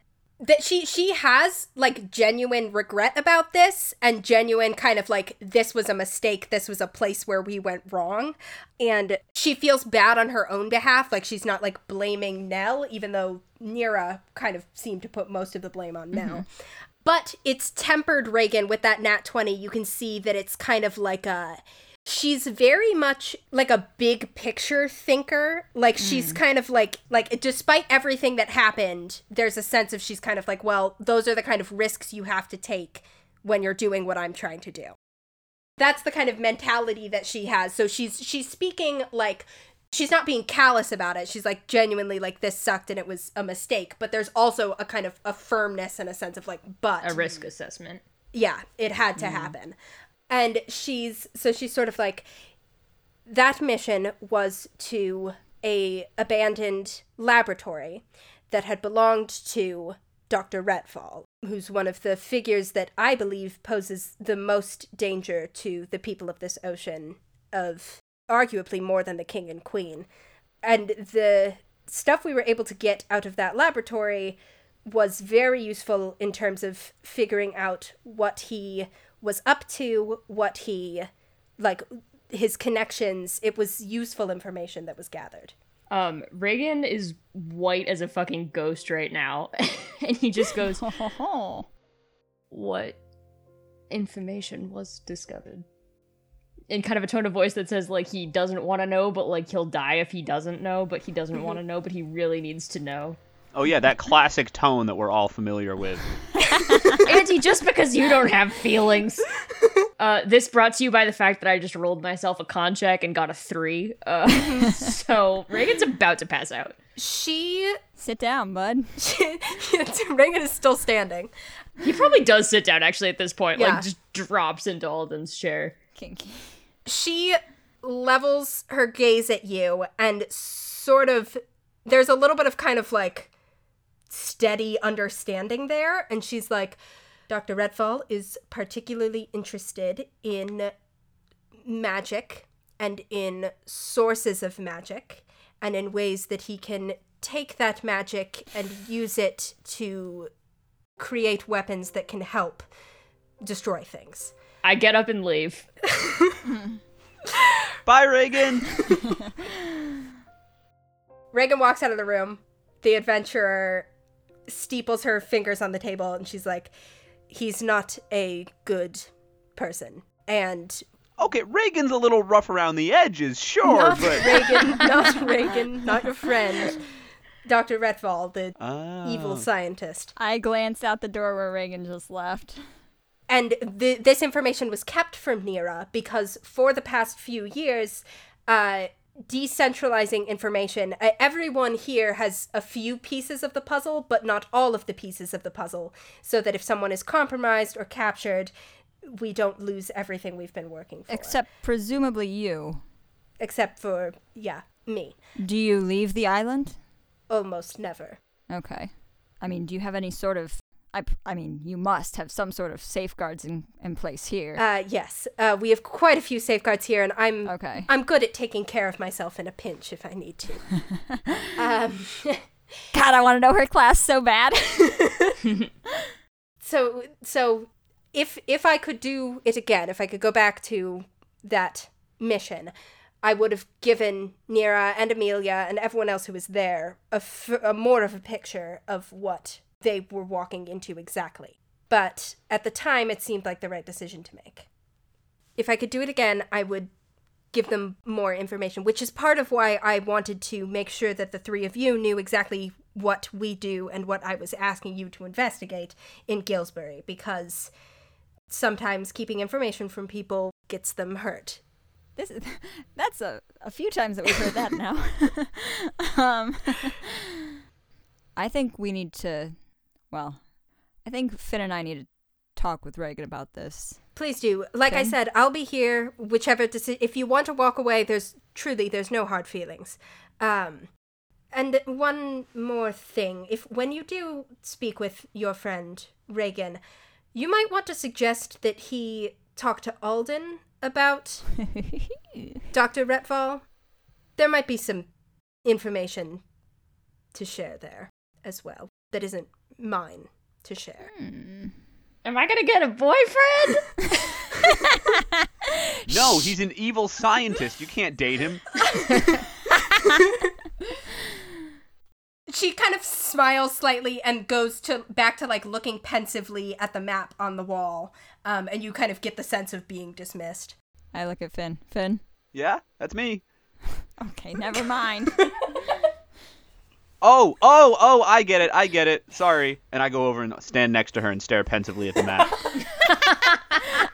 that she she has like genuine regret about this and genuine kind of like this was a mistake this was a place where we went wrong and she feels bad on her own behalf like she's not like blaming nell even though nira kind of seemed to put most of the blame on nell but it's tempered reagan with that nat 20 you can see that it's kind of like a she's very much like a big picture thinker like she's kind of like like despite everything that happened there's a sense of she's kind of like well those are the kind of risks you have to take when you're doing what i'm trying to do that's the kind of mentality that she has so she's she's speaking like she's not being callous about it she's like genuinely like this sucked and it was a mistake but there's also a kind of a firmness and a sense of like but
A risk assessment.
yeah, it had to happen. And she's so she's sort of like that mission was to a abandoned laboratory that had belonged to Dr. Redfall, who's one of the figures that I believe poses the most danger to the people of this ocean of arguably more than the king and queen. And the stuff we were able to get out of that laboratory was very useful in terms of figuring out what he was up to, what he like his connections. It was useful information that was gathered.
Um, Reagan is white as a fucking ghost right now. and he just goes,
Oh.
What information was discovered? In kind of a tone of voice that says, like, he doesn't want to know, but, like, he'll die if he doesn't know, but he doesn't want to know, but he really needs to know.
Oh yeah, that classic tone that we're all familiar with.
Andy, just because you don't have feelings. Uh, this brought to you by the fact that I just rolled myself a con check and got a three. Uh, so Reagan's about to pass out.
She,
Sit down, bud.
Reagan is still standing.
He probably does sit down actually at this point,
Yeah.
like just drops into Alden's chair.
Kinky.
She levels her gaze at you and sort of there's a little bit of kind of like steady understanding there and she's like Dr. Redfall is particularly interested in magic and in sources of magic and in ways that he can take that magic and use it to create weapons that can help destroy things.
I get up and leave.
Bye Reagan.
Reagan walks out of the room. The adventurer steeples her fingers on the table and she's like, he's not a good person. And
Okay, Reagan's a little rough around the edges, sure,
not
but
Reagan, not Reagan, not your friend. Dr. Retval, the
Oh.
evil scientist.
I glanced out the door where Reagan just left.
And th- this information was kept from Nira because for the past few years, uh, decentralizing information, uh, everyone here has a few pieces of the puzzle, but not all of the pieces of the puzzle, so that if someone is compromised or captured, we don't lose everything we've been working for.
Except presumably you.
Except for, yeah, me.
Do you leave the island?
Almost never.
Okay. I mean, do you have any sort of I, p- I mean, you must have some sort of safeguards in, in place here.
Uh, yes, uh, we have quite a few safeguards here, and I'm
Okay.
I'm good at taking care of myself in a pinch if I need to. um,
God, I want to know her class so bad.
so so if if I could do it again, if I could go back to that mission, I would have given Nira and Amelia and everyone else who was there a, f- a more of a picture of what they were walking into exactly. But at the time, it seemed like the right decision to make. If I could do it again, I would give them more information, which is part of why I wanted to make sure that the three of you knew exactly what we do and what I was asking you to investigate in Gillsbury, because sometimes keeping information from people gets them hurt.
this is that's a, a few times that we've heard that now. um, I think we need to, well, I think Finn and I need to talk with Reagan about this.
Please do. Like I
Okay.
said, I'll be here. Whichever decision, if you want to walk away, there's truly there's no hard feelings. Um, and one more thing: if when you do speak with your friend Reagan, you might want to suggest that he talk to Alden about Doctor Retval. There might be some information to share there as well that isn't mine to share.
Am I gonna get a boyfriend?
No, he's an evil scientist. You can't date him.
she kind of smiles slightly and goes to back to like looking pensively at the map on the wall um, and you kind of get the sense of being dismissed
I look at Finn. Finn.
Yeah, that's me.
Okay, never mind.
Oh, oh, oh, I get it. I get it. Sorry. And I go over and stand next to her and stare pensively at the map.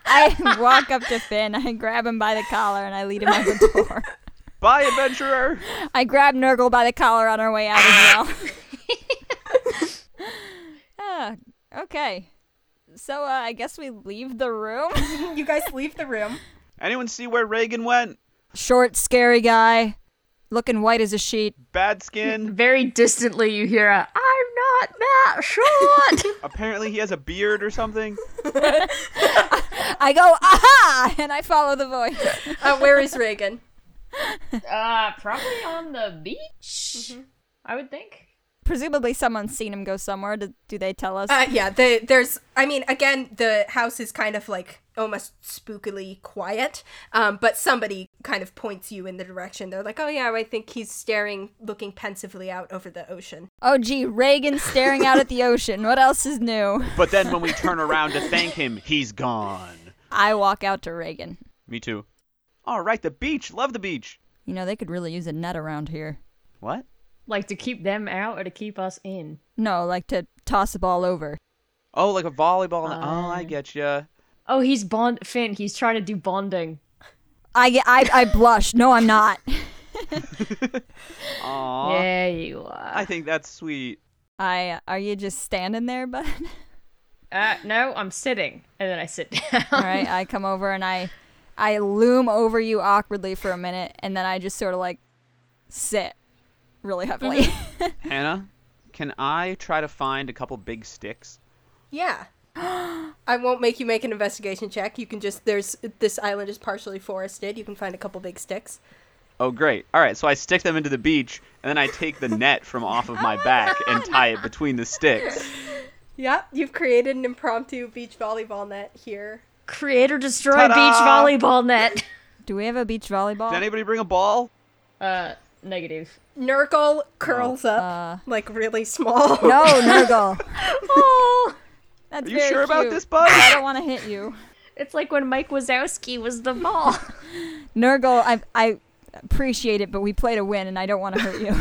I walk up to Finn. I grab him by the collar and I lead him out the door.
Bye, adventurer.
I grab Nurgle by the collar on our way out as well. Ah, okay. So uh, I guess we leave the room.
you guys leave the room
Anyone see where Reagan went?
Short, scary guy, looking white as a sheet.
Bad skin.
Very distantly, you hear a "I'm not that short."
Apparently, he has a beard or something.
I go, aha! And I follow the voice.
uh, where is reagan
uh, probably on the beach. I would think.
Presumably, someone's seen him go somewhere. Do, do they tell us?
uh, yeah the, there's i mean again the house is kind of like almost spookily quiet um, but somebody kind of points you in the direction they're like oh yeah i think he's staring looking pensively out over the ocean
oh, gee, Reagan staring out at the ocean. What else is new?
But then when we turn around to thank him, he's gone.
I walk out to Reagan.
Me too. All right, the beach. Love the beach.
You know, they could really use a net around here.
What?
Like to keep them out or to keep us in.
No, like to toss a ball over.
Oh, like a volleyball. oh, I get ya.
Oh, he's bond Finn. He's trying to do bonding.
I, get- I, I blush. No, I'm not.
Aw.
Yeah, you are.
I think that's sweet.
I are you just standing there, bud?
Uh, no, I'm sitting, and then I sit down.
All right, I come over and I I loom over you awkwardly for a minute and then I just sort of like sit really heavily.
Mm-hmm. Hannah, can I try to find a couple big sticks?
yeah I won't make you make an investigation check. You can just there's this island is partially forested. You can find a couple big sticks.
Oh, great. All right, so I stick them into the beach, and then I take the net from off of my back and tie it between the sticks.
Yep, you've created an impromptu beach volleyball net here.
Create or destroy
Ta-da!
beach volleyball net.
Do we have a beach volleyball?
Did anybody bring a ball?
Uh, negative.
Nurgle curls up like really small.
no, Nurgle.
Oh,
That's
Are you
very
sure about
cute.
this, bud?
I don't want to hit you.
it's like when Mike Wazowski was the ball.
Nurgle, I I appreciate it, but we play to win and I don't want to hurt you.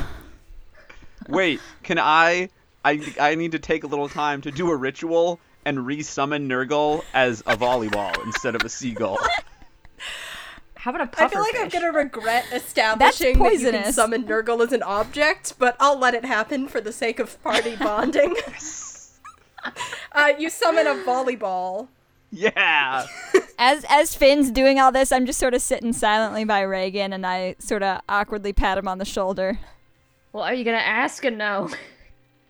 Wait, can I? I I need to take a little time to do a ritual and re-summon Nurgle as a volleyball instead of a seagull.
How about a
I
puffer
feel like I'm
fish?
gonna regret establishing that you can
poisonous.
summon Nurgle as an object, but I'll let it happen for the sake of party bonding. uh, you summon a volleyball.
Yeah.
As as Finn's doing all this, I'm just sort of sitting silently by Reagan, and I sort of awkwardly pat him on the shoulder.
Well, are you gonna ask or no?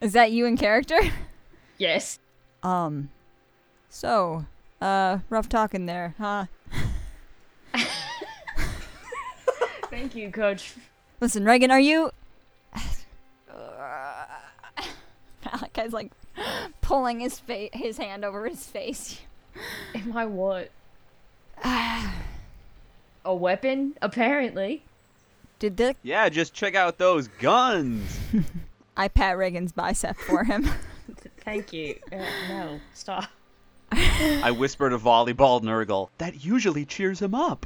Is that you in character?
yes.
Um. So, uh, rough talking there, huh?
Thank you, Coach.
Listen, Reagan, are you? Malachi's like pulling his fa- his hand over his face.
Am I what? a weapon, apparently.
Did the
Yeah, just check out those guns.
I pat Reagan's bicep for him?
Thank you. Uh, no, stop.
I whispered to volleyball Nurgle. That usually cheers him up.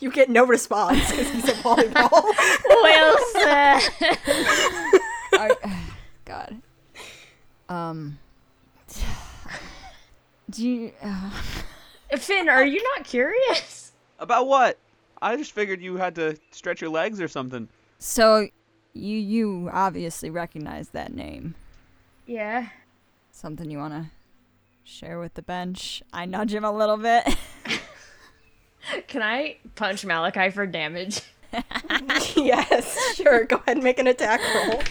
You get no response because he's a volleyball.
Wilson.
Are, God. Um. Do you? Uh,
Finn, are you not curious?
About what? I just figured you had to stretch your legs or something.
so, you you obviously recognize that name.
Yeah.
Something you wanna share with the bench? I nudge him a little bit.
Can I punch Malachi for damage?
yes, sure. Go ahead and make an attack roll.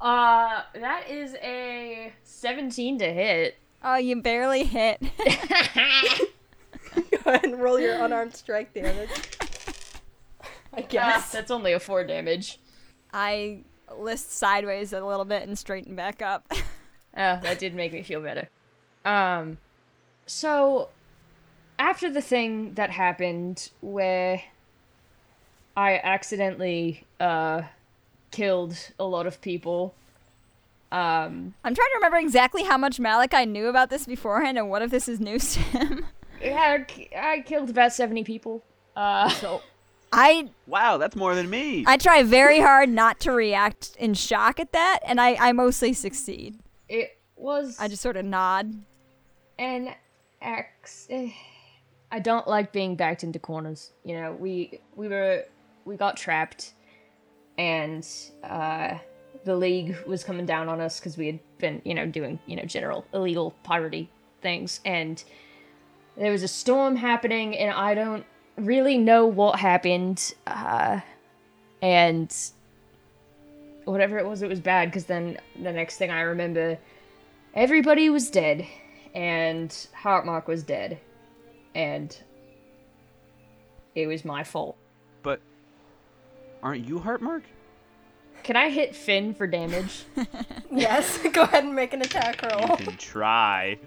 Uh, that is a 17 to hit.
oh, you barely hit.
Go ahead and roll your unarmed strike damage. I
Ah,
guess.
that's only a 4 damage.
I list sideways a little bit and straighten back up.
Oh, that did make me feel better. Um, so after the thing that happened where I accidentally uh killed a lot of people, um,
I'm trying to remember exactly how much Malachi knew about this beforehand, and what if this is news to him?
yeah, I k- I killed about seventy people. Uh,
I
Wow, that's more than me.
I try very hard not to react in shock at that, and I, I mostly succeed.
it was
I just sort of nod.
an ex. eh, I don't like being backed into corners. You know, we we were we got trapped, and uh, the league was coming down on us because we had been you know doing you know general illegal piracy things, and there was a storm happening, and I don't really know what happened, uh, and whatever it was, it was bad because then the next thing I remember, everybody was dead and Hartmark was dead, and it was my fault.
But aren't you Heartmark?
Can I hit Finn for damage?
yes, go ahead and make an attack roll.
You can try.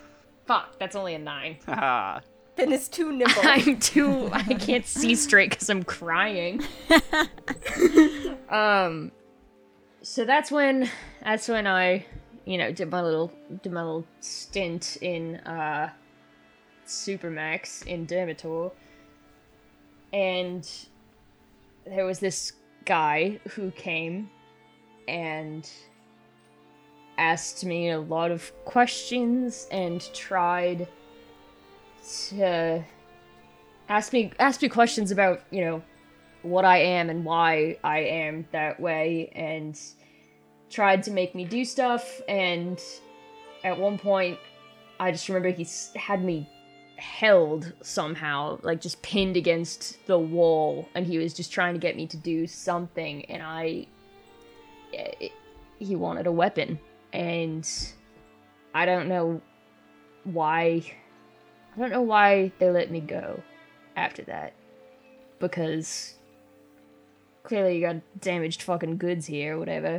Fuck, that's only a nine.
Haha.
Finn is too nimble.
I'm too. I can't see straight because I'm crying. um, so that's when that's when I, you know, did my little did my little stint in uh, Supermax in Dermator, and there was this guy who came and asked me a lot of questions and tried to ask me ask me questions about you know what I am and why I am that way, and tried to make me do stuff. And at one point, I just remember he s- had me held somehow, like just pinned against the wall, and he was just trying to get me to do something. And I, eh, he wanted a weapon, and I don't know why. I don't know why they let me go after that because clearly you got damaged fucking goods here, whatever.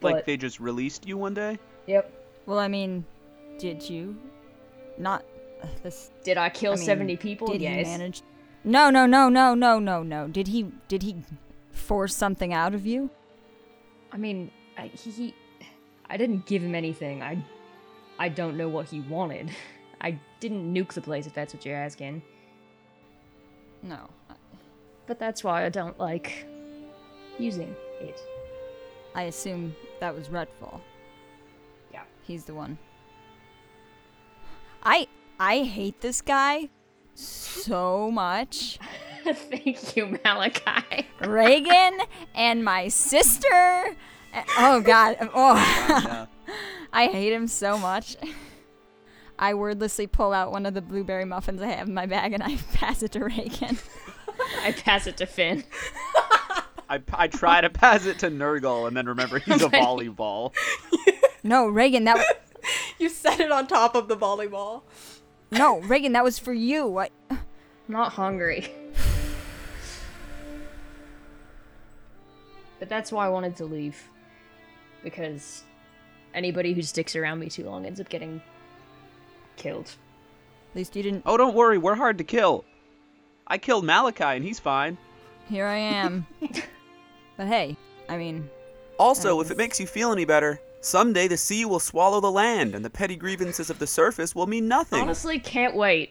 Like
But-
they just released you one day?
Yep.
Well, I mean, did you not uh, this?
Did I kill
I mean,
seventy people?
Did
yes.
he manage? No, no, no, no, no, no, no. Did he? Did he force something out of you?
I mean, I, he, he. I didn't give him anything. I. I don't know what he wanted. I didn't nuke the place, if that's what you're asking.
No.
But that's why I don't like using it.
I assume that was Redfall.
Yeah.
He's the one. I I hate this guy so much.
Thank you, Malachi.
Reagan and my sister. and- Oh god. Oh.
Yeah.
I hate him so much. I wordlessly pull out one of the blueberry muffins I have in my bag and I pass it to Reagan.
I pass it to Finn.
I, I try to pass it to Nurgle and then remember he's a volleyball.
No, Reagan, that was,
You set it on top of the volleyball.
no, Reagan, that was for you. I,
I'm not hungry. but that's why I wanted to leave. Because anybody who sticks around me too long ends up getting killed.
at least you didn't.
Oh, don't worry, we're hard to kill. I killed Malachi and he's fine.
Here I am. but hey, I mean,
Also, if it makes you feel any better, someday the sea will swallow the land and the petty grievances of the surface will mean nothing.
Honestly, can't wait.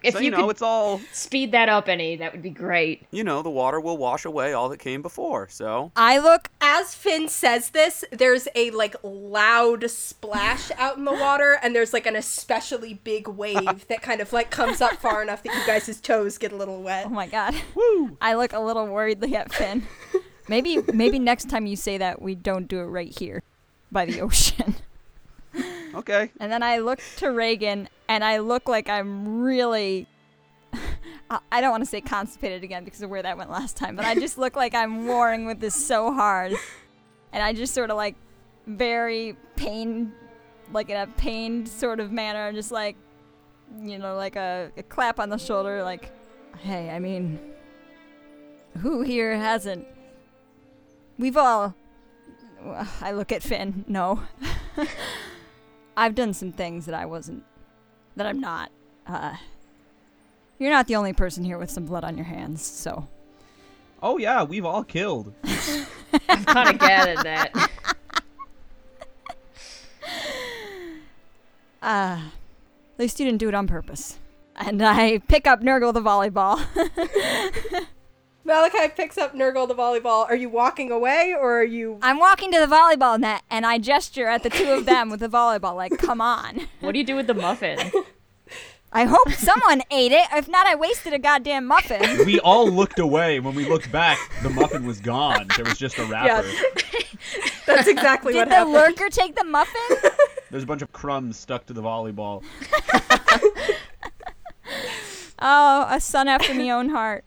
If
so,
you,
you know,
could
it's all,
speed that up any, that would be great.
you know, the water will wash away all that came before, so.
I look
As Finn says this, there's a like loud splash out in the water, and there's like an especially big wave that kind of like comes up far enough that you guys' toes get a little wet.
Oh my god.
Woo!
I look a little worriedly at Finn. Maybe maybe next time you say that we don't do it right here by the ocean.
Okay.
And then I look to Reagan and I look like I'm really I- I don't want to say constipated again because of where that went last time, but I just look like I'm warring with this so hard. And I just sort of like very pained like in a pained sort of manner, just like you know, like a, a clap on the shoulder, like, hey, I mean, who here hasn't? We've all. I look at Finn. No, I've done some things that I wasn't, that I'm not. Uh, you're not the only person here with some blood on your hands, so.
Oh, yeah, we've all killed.
I've kind of gathered that.
Uh, at least you didn't do it on purpose. And I pick up Nurgle the volleyball.
Malachi picks up Nurgle the volleyball. Are you walking away or are you
I'm walking to the volleyball net and I gesture at the two of them with the volleyball, like, come on.
What do you do with the muffin?
I hope someone ate it. If not, I wasted a goddamn muffin.
We all looked away. When we looked back, the muffin was gone. There was just a wrapper.
That's exactly what
Did the
happened.
lurker take the muffin?
There's a bunch of crumbs stuck to the volleyball.
Oh, a son after my own heart.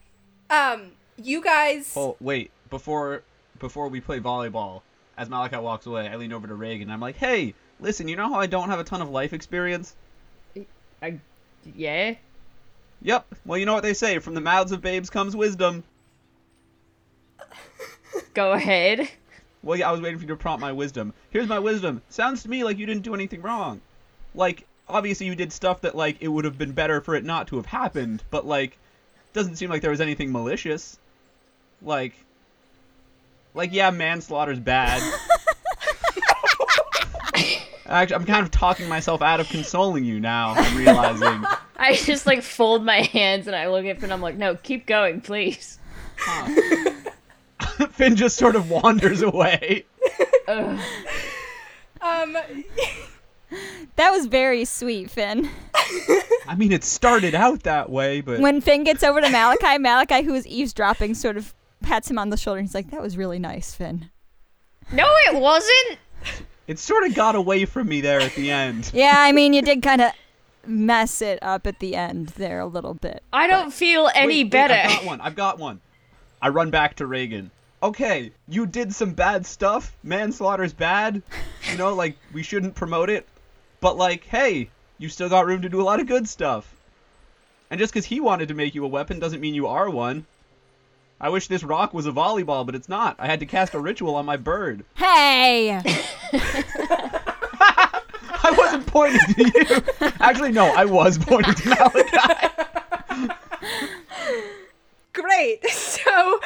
um, you guys
Oh wait, before before we play volleyball, as Malachi walks away, I lean over to Reagan. and I'm like, hey,
Listen, you know how I don't have a ton of life experience?
I, yeah.
Yep. Well, you know what they say from the mouths of babes comes wisdom.
Go ahead.
Well, yeah, I was waiting for you to prompt my wisdom. Here's my wisdom. Sounds to me like you didn't do anything wrong. Like, obviously you did stuff that like it would have been better for it not to have happened, but like doesn't seem like there was anything malicious. Like like yeah, manslaughter's bad. Actually, I'm kind of talking myself out of consoling you now. I'm realizing.
I just like fold my hands and I look at Finn. I'm like, no, keep going, please.
Finn just sort of wanders away.
Ugh.
um
That was very sweet, Finn.
I mean, it started out that way, but
When Finn gets over to Malachi, Malachi, who is eavesdropping, sort of pats him on the shoulder. and He's like, "That was really nice, Finn."
No, it wasn't.
it sort of got away from me there at the end.
Yeah, I mean, you did kind of mess it up at the end there a little bit.
I don't feel any
Wait, wait,
better.
I've got one. I've got one. I run back to Reagan. Okay, you did some bad stuff. Manslaughter's bad. You know, like we shouldn't promote it. But like, hey, you still got room to do a lot of good stuff. And just because he wanted to make you a weapon doesn't mean you are one. I wish this rock was a volleyball, but it's not. I had to cast a ritual on my bird.
Hey,
I wasn't pointing to you. Actually, no, I was pointing to Malachi.
great. So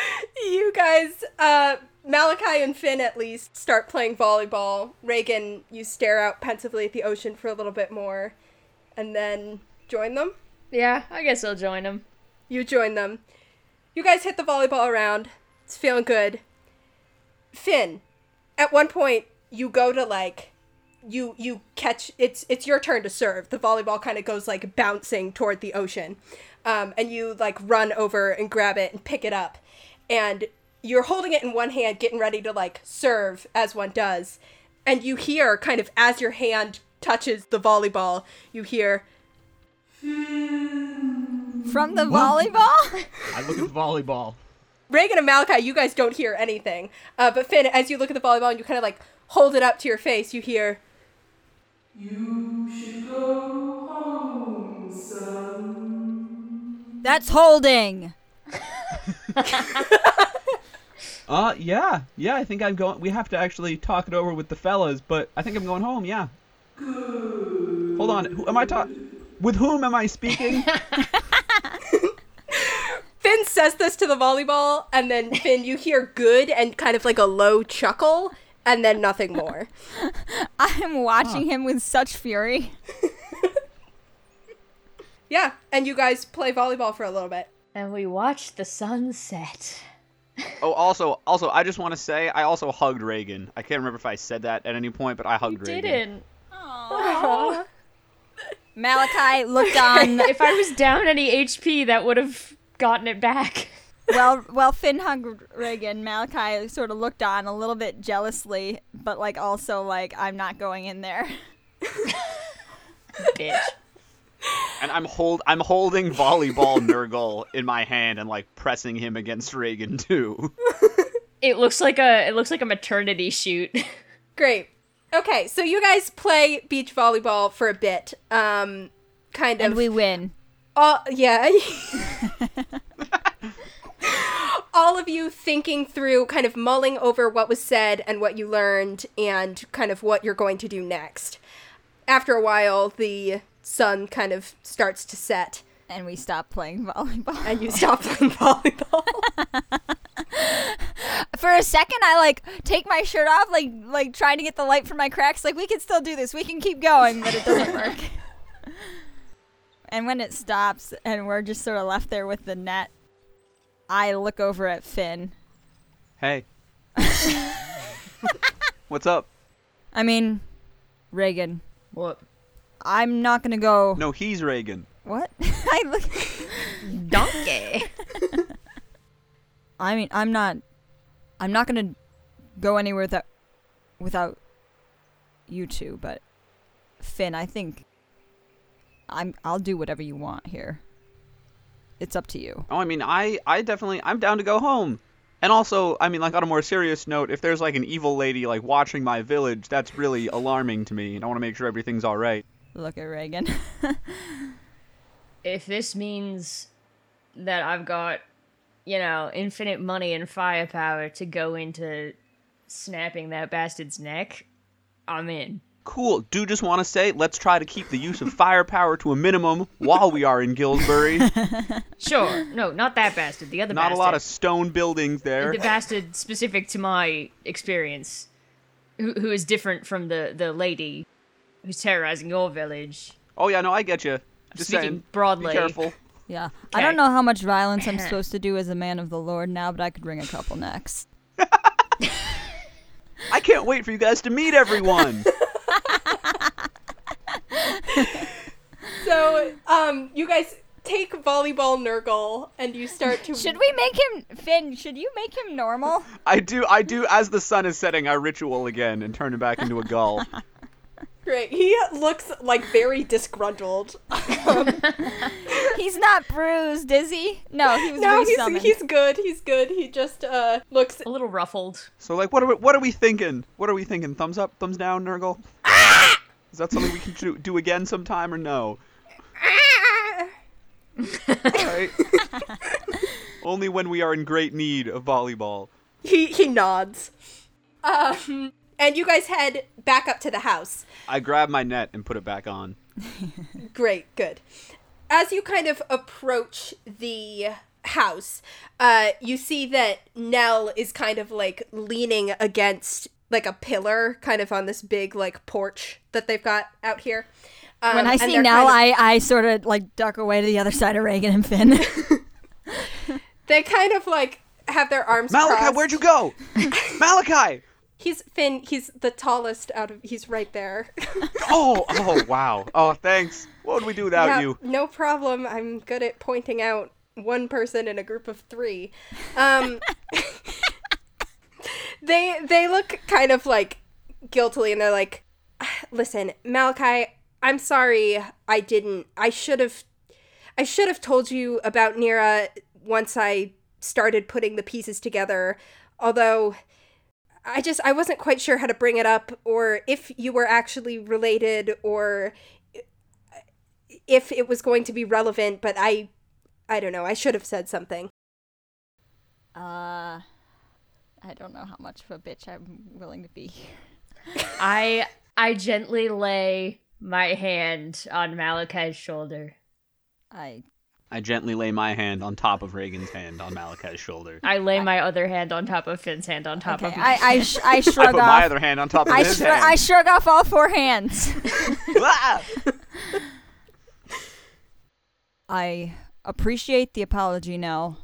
you guys uh Malachi and Finn at least start playing volleyball. Reagan, you stare out pensively at the ocean for a little bit more and then join them.
Yeah, I guess I'll join him.
You join them. You guys hit the volleyball around. It's feeling good. Finn, at one point you go to like you you catch it's it's your turn to serve. The volleyball kind of goes like bouncing toward the ocean. Um, and you like run over and grab it and pick it up. And you're holding it in one hand getting ready to like serve as one does. And you hear kind of as your hand touches the volleyball, you hear
From the volleyball?
I look at the volleyball.
Reagan and Malachi, you guys don't hear anything. Uh, but Finn, as you look at the volleyball and you kind of like hold it up to your face, you hear.
That's holding.
Uh, yeah, yeah. I think I'm going. We have to actually talk it over with the fellas, but I think I'm going home. Yeah. Hold on. Who am I talking? With whom am I speaking?
Finn says this to the volleyball, and then Finn, you hear good and kind of like a low chuckle, and then nothing more.
I'm watching him with such fury.
yeah, and you guys play volleyball for a little bit.
And we watched the sunset.
oh, also, also, I just want to say I also hugged Reagan. I can't remember if I said that at any point, but I hugged Reagan.
Didn't.
Malachi looked on.
If I was down any HP, that would have gotten it back.
well, well, Finn hugged Reagan. Malachi sort of looked on a little bit jealously, but like also like I'm not going in there.
Bitch.
And I'm hold I'm holding volleyball Nurgle in my hand and like pressing him against Reagan too.
It looks like a it looks like a maternity shoot.
Great. Okay, so you guys play beach volleyball for a bit. Um, kind of.
And we win.
all Uh, yeah all of you thinking through kind of mulling over what was said and what you learned and kind of what you're going to do next after a while the sun kind of starts to set
And we stop playing volleyball.
and you stop playing volleyball
For a second I like take my shirt off, like like trying to get the light from my cracks, like we can still do this, we can keep going, but it doesn't work. and when it stops and we're just sort of left there with the net, I look over at Finn.
Hey. What's up?
I mean Reagan.
What?
I'm not gonna go
No, he's Reagan.
What? I look.
Donkey.
I mean, I'm not. I'm not gonna go anywhere without without you two. But Finn, I think I'm. I'll do whatever you want here. It's up to you.
Oh, I mean, I I definitely I'm down to go home. And also, I mean, like on a more serious note, if there's like an evil lady like watching my village, that's really alarming to me, and I want to make sure everything's all right.
Look at Reagan.
if this means that I've got, you know, infinite money and firepower to go into snapping that bastard's neck, I'm in.
Cool. Do just want to say, let's try to keep the use of firepower to a minimum while we are in Gillsbury.
Sure. No, not that bastard. The other
Not a
bastard.
lot of stone buildings there.
the bastard specific to my experience, who, who is different from the, the lady who's terrorizing your village.
Oh yeah, no, I get you. Just
Speaking
saying,
broadly.
Be careful.
yeah. I don't
Okay.
know how much violence I'm supposed to do as a man of the Lord now, but I could wring a couple necks.
I can't wait for you guys to meet everyone.
so um you guys take volleyball nurgle and you start to
Should we make him Finn? Should you make him normal?
I do, I do. As the sun is setting, I ritual again and turn him back into a gull.
great he looks like very disgruntled
he's not bruised, is he? No, he was
no
resummoned.
he's, he's good he's good he just uh looks
A little ruffled.
So like, what are we, what are we thinking? What are we thinking? Thumbs up, thumbs down, Nurgle. Is that something we can do, do again sometime or no? All right. Only when we are in great need of volleyball.
he he nods um and you guys head back up to the house
I grab my net and put it back on.
great good as you kind of approach the house uh you see that nell is kind of like leaning against like a pillar kind of on this big like porch that they've got out here um,
When I
and
see
they're
Nell,
kind of-
I, I sort of like duck away to the other side of Reagan and Finn.
they kind of like have their arms
Malachi,
crossed.
where'd you go? Malachi!
He's Finn. He's the tallest out of. He's right there.
Oh, oh, wow. Oh, thanks. What would we do without
Yeah,
you?
No problem. I'm good at pointing out one person in a group of three. Um, they they look kind of like guiltily, and they're like, "Listen, Malachi, I'm sorry. I didn't. I should have. I should have told you about Nira once I started putting the pieces together. Although." I just I wasn't quite sure how to bring it up or if you were actually related or if it was going to be relevant, but I I don't know. I should have said something.
Uh, I don't know how much of a bitch I'm willing to be.
I I gently lay my hand on Malachi's shoulder.
I
I gently lay my hand on top of Reagan's hand on Malachi's shoulder.
I lay my other hand on top of Finn's hand on top
okay.
of
I I, sh- I
I
shrug
put my
off.
other hand on top of
Oh, I,
his
shr-
hand.
I shrug off all four hands.
Ah!
I appreciate the apology now,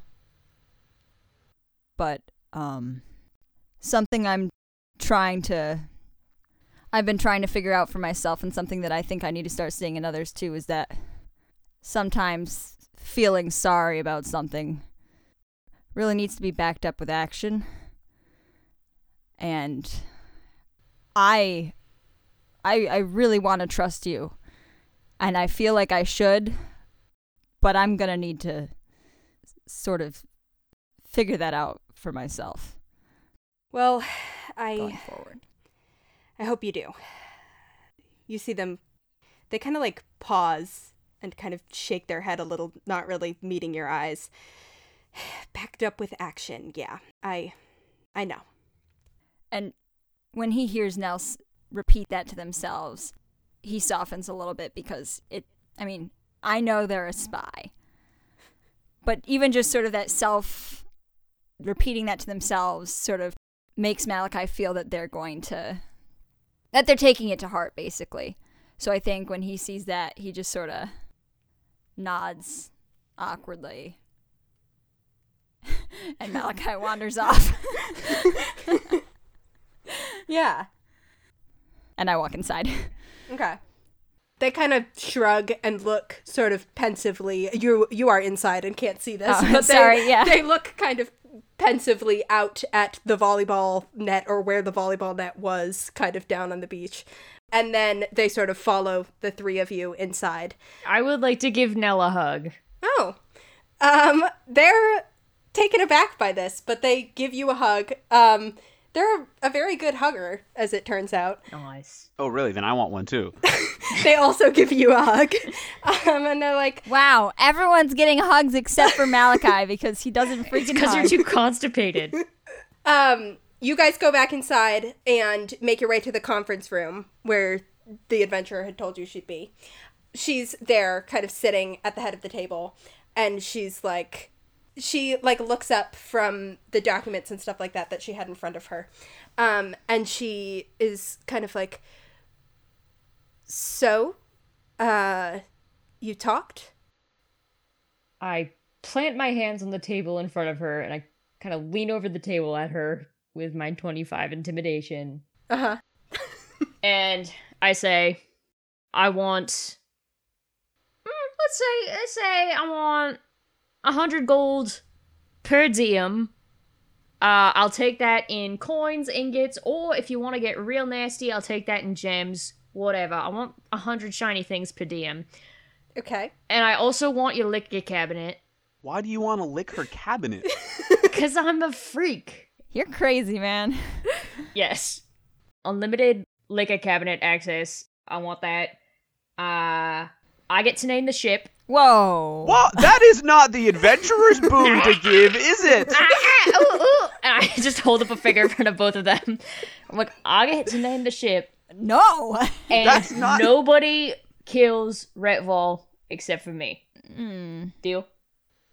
but um, something I'm trying to. I've been trying to figure out for myself, and something that I think I need to start seeing in others too, is that sometimes feeling sorry about something really needs to be backed up with action. And I, I, I really want to trust you, and I feel like I should but I'm gonna need to s- sort of figure that out for myself
Well,
going
I
forward.
I hope you do. You see them they kind of like pause and kind of shake their head a little, not really meeting your eyes. Backed up with action. Yeah. I I know.
And when he hears Nels repeat that to themselves, he softens a little bit because it. I mean, I know they're a spy, but even just sort of that self repeating that to themselves sort of makes Malachi feel that they're going to that they're taking it to heart, basically. So I think when he sees that, he just sort of nods awkwardly. and Malachi wanders off.
Yeah.
and I walk inside.
Okay. They kind of shrug and look sort of pensively. You you are inside and can't see this,
Oh,
but they,
sorry, yeah.
they look kind of pensively out at the volleyball net or where the volleyball net was, kind of down on the beach. And then they sort of follow the three of you inside.
I would like to give Nell a hug.
Oh. Um they're taken aback by this, but they give you a hug. Um they're a very good hugger, as it turns out.
Nice.
Oh, really? Then I want one too.
They also give you a hug. Um, and they're like,
Wow, everyone's getting hugs except for Malachi because he doesn't freaking
Because
hug.
you're too constipated.
Um, you guys go back inside and make your way to the conference room where the adventurer had told you she'd be. She's there, kind of sitting at the head of the table, and she's like, she like looks up from the documents and stuff like that that she had in front of her, um, and she is kind of like, so, uh, you talked.
I plant my hands on the table in front of her and I kind of lean over the table at her with my 25 intimidation.
Uh
Uh-huh.
huh.
And I say, I want. Mm, Let's say, let's say I want a 100 gold per diem. Uh, I'll take that in coins, ingots, or if you want to get real nasty, I'll take that in gems, whatever. I want a 100 shiny things per diem.
Okay.
And I also want your liquor cabinet.
Why do you want to lick her cabinet?
Because I'm a freak.
You're crazy, man.
Yes. Unlimited liquor cabinet access. I want that. Uh, I get to name the ship.
Whoa.
What? That is not the adventurer's boon to give, is it?
Ah, ah, ooh, ooh. And I just hold up a finger in front of both of them. I'm like, I get to name the ship,
No.
and
That's not-
nobody kills Retval except for me.
Mm.
Deal?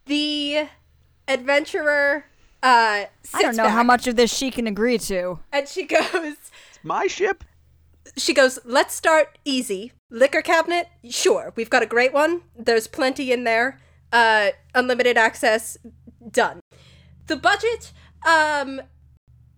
The adventurer. Uh, sits
I don't know how
back
much of this she can agree to.
And she goes,
My ship?
she goes, let's start easy. Liquor cabinet, sure, we've got a great one. There's plenty in there. Uh, unlimited access, done. The budget, um,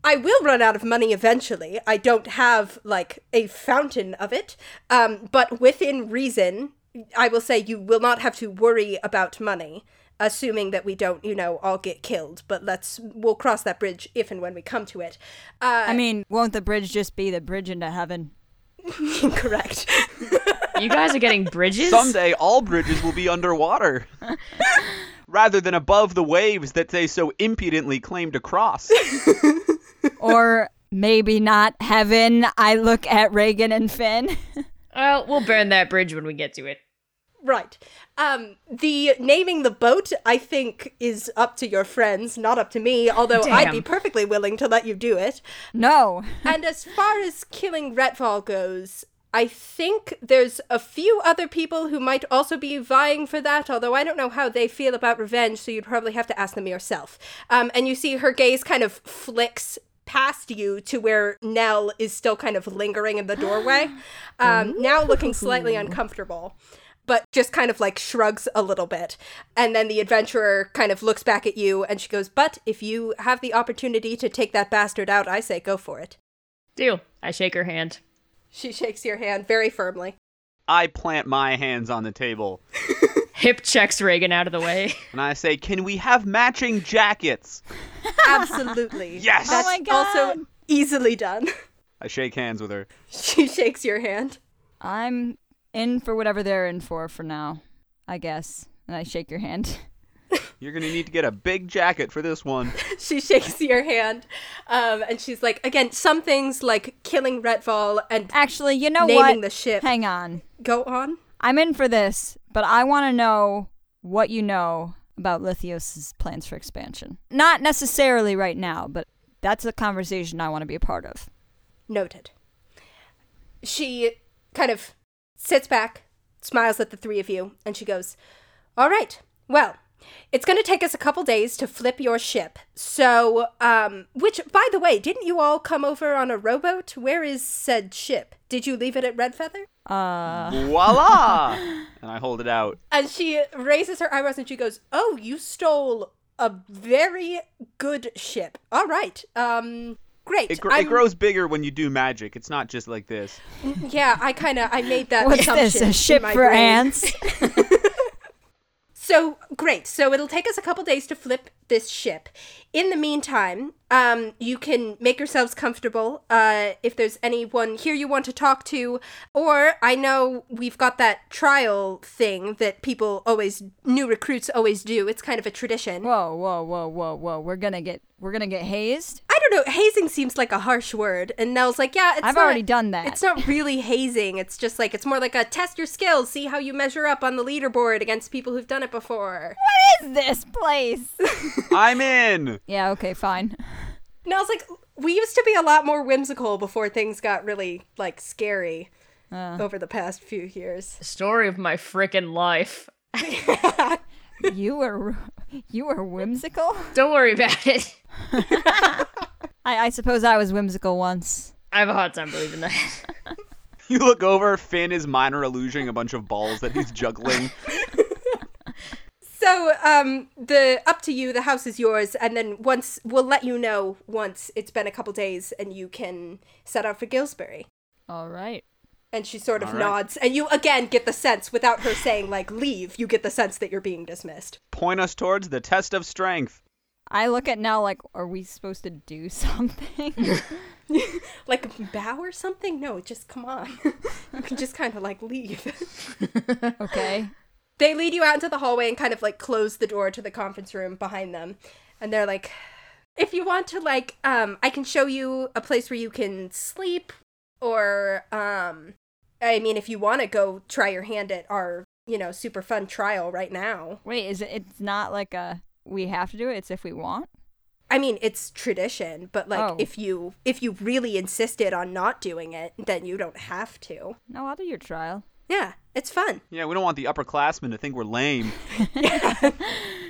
I will run out of money eventually. I don't have like a fountain of it. Um, but within reason, I will say you will not have to worry about money, assuming that we don't, you know, all get killed. But let's, we'll cross that bridge if and when we come to it. Uh,
I mean, won't the bridge just be the bridge into heaven?
incorrect.
You guys are getting bridges?
Someday all bridges will be underwater. Rather than above the waves that they so impudently claim to cross.
Or maybe not heaven? I look at Reagan and Finn.
Well, we'll burn that bridge when we get to it.
Right. Um, the naming the boat, I think, is up to your friends, not up to me, although I'd be
Damn.
perfectly willing to let you do it.
No.
and as far as killing Retval goes, I think there's a few other people who might also be vying for that, although I don't know how they feel about revenge, so you'd probably have to ask them yourself. Um, and you see her gaze kind of flicks past you to where Nell is still kind of lingering in the doorway, um, now looking slightly uncomfortable. But just kind of like shrugs a little bit. And then the adventurer kind of looks back at you and she goes, But if you have the opportunity to take that bastard out, I say go for it.
Deal. I shake her hand.
She shakes your hand very firmly.
I plant my hands on the table
Hip checks Reagan out of the way.
and I say, Can we have matching jackets?
Absolutely.
Yes!
That's
Oh my God.
also easily done.
I shake hands with her.
she shakes your hand.
I'm in for whatever they're in for for now, I guess. And I shake your hand.
You're gonna need to get a big jacket for this one.
She shakes your hand. Um, and she's like, again, some things like killing Redfall and
Actually, you know
naming
what?
the ship.
Hang on.
Go on.
I'm in for this, but I want to know what you know about Lithios' plans for expansion. Not necessarily right now, but that's a conversation I want to be a part of.
Noted. She kind of sits back, smiles at the three of you, and she goes, All right, well, it's going to take us a couple days to flip your ship. So, um, which, by the way, didn't you all come over on a rowboat? Where is said ship? Did you leave it at Red Feather?
Uh,
Voila! and I hold it out.
And she raises her eyebrows and she goes, Oh, you stole a very good ship. All right. Um, great.
It, gr- it
I'm-
grows bigger when you do magic. It's not just like this.
Yeah, I kind of I made that
what's
assumption.
this? A
in
ship
my
for
brain.
ants?
So great. So it'll take us a couple days to flip this ship. In the meantime, um, you can make yourselves comfortable. Uh, if there's anyone here you want to talk to, or I know we've got that trial thing that people always, new recruits always do. It's kind of a tradition.
whoa, whoa, whoa, whoa, whoa! We're gonna get we're gonna get hazed.
I don't know. Hazing seems like a harsh word, and Nell's like, "Yeah, it's
I've
not-
already done that.
It's not really hazing. It's just like it's more like a test your skills, see how you measure up on the leaderboard against people who've done it before."
What is this place?
I'm in!
yeah. Okay. Fine.
Nell's like, "We used to be a lot more whimsical before things got really like scary
Uh.
over the past few years."
Story of my frickin' life.
You were you were whimsical.
Don't worry about it.
I, I suppose I was whimsical once.
I have a hard time believing that.
You look over, Finn is minor illusioning a bunch of balls that he's juggling.
So, um, the up to you. The house is yours, and then once we'll let you know once it's been a couple days and you can set out for Gillsbury.
All right.
And she sort of
All right.
nods, and you again get the sense, without her saying, like, leave, you get the sense that you're being dismissed.
Point us towards the test of strength.
I look at now like, are we supposed to do something?
Like, bow or something? No, just come on. you can just kind of, like, leave.
okay.
they lead you out into the hallway and kind of, like, close the door to the conference room behind them. And they're like, if you want to, like, um, I can show you a place where you can sleep, or, um, I mean, if you want to go try your hand at our, you know, super fun trial right now.
Wait, is it? It's not like a we have to do it. It's if we want.
I mean, it's tradition, but like
Oh.
if you if you really insisted on not doing it, then you don't have to.
No, I'll do your trial.
Yeah, it's fun.
Yeah, we don't want the upperclassmen to think we're lame.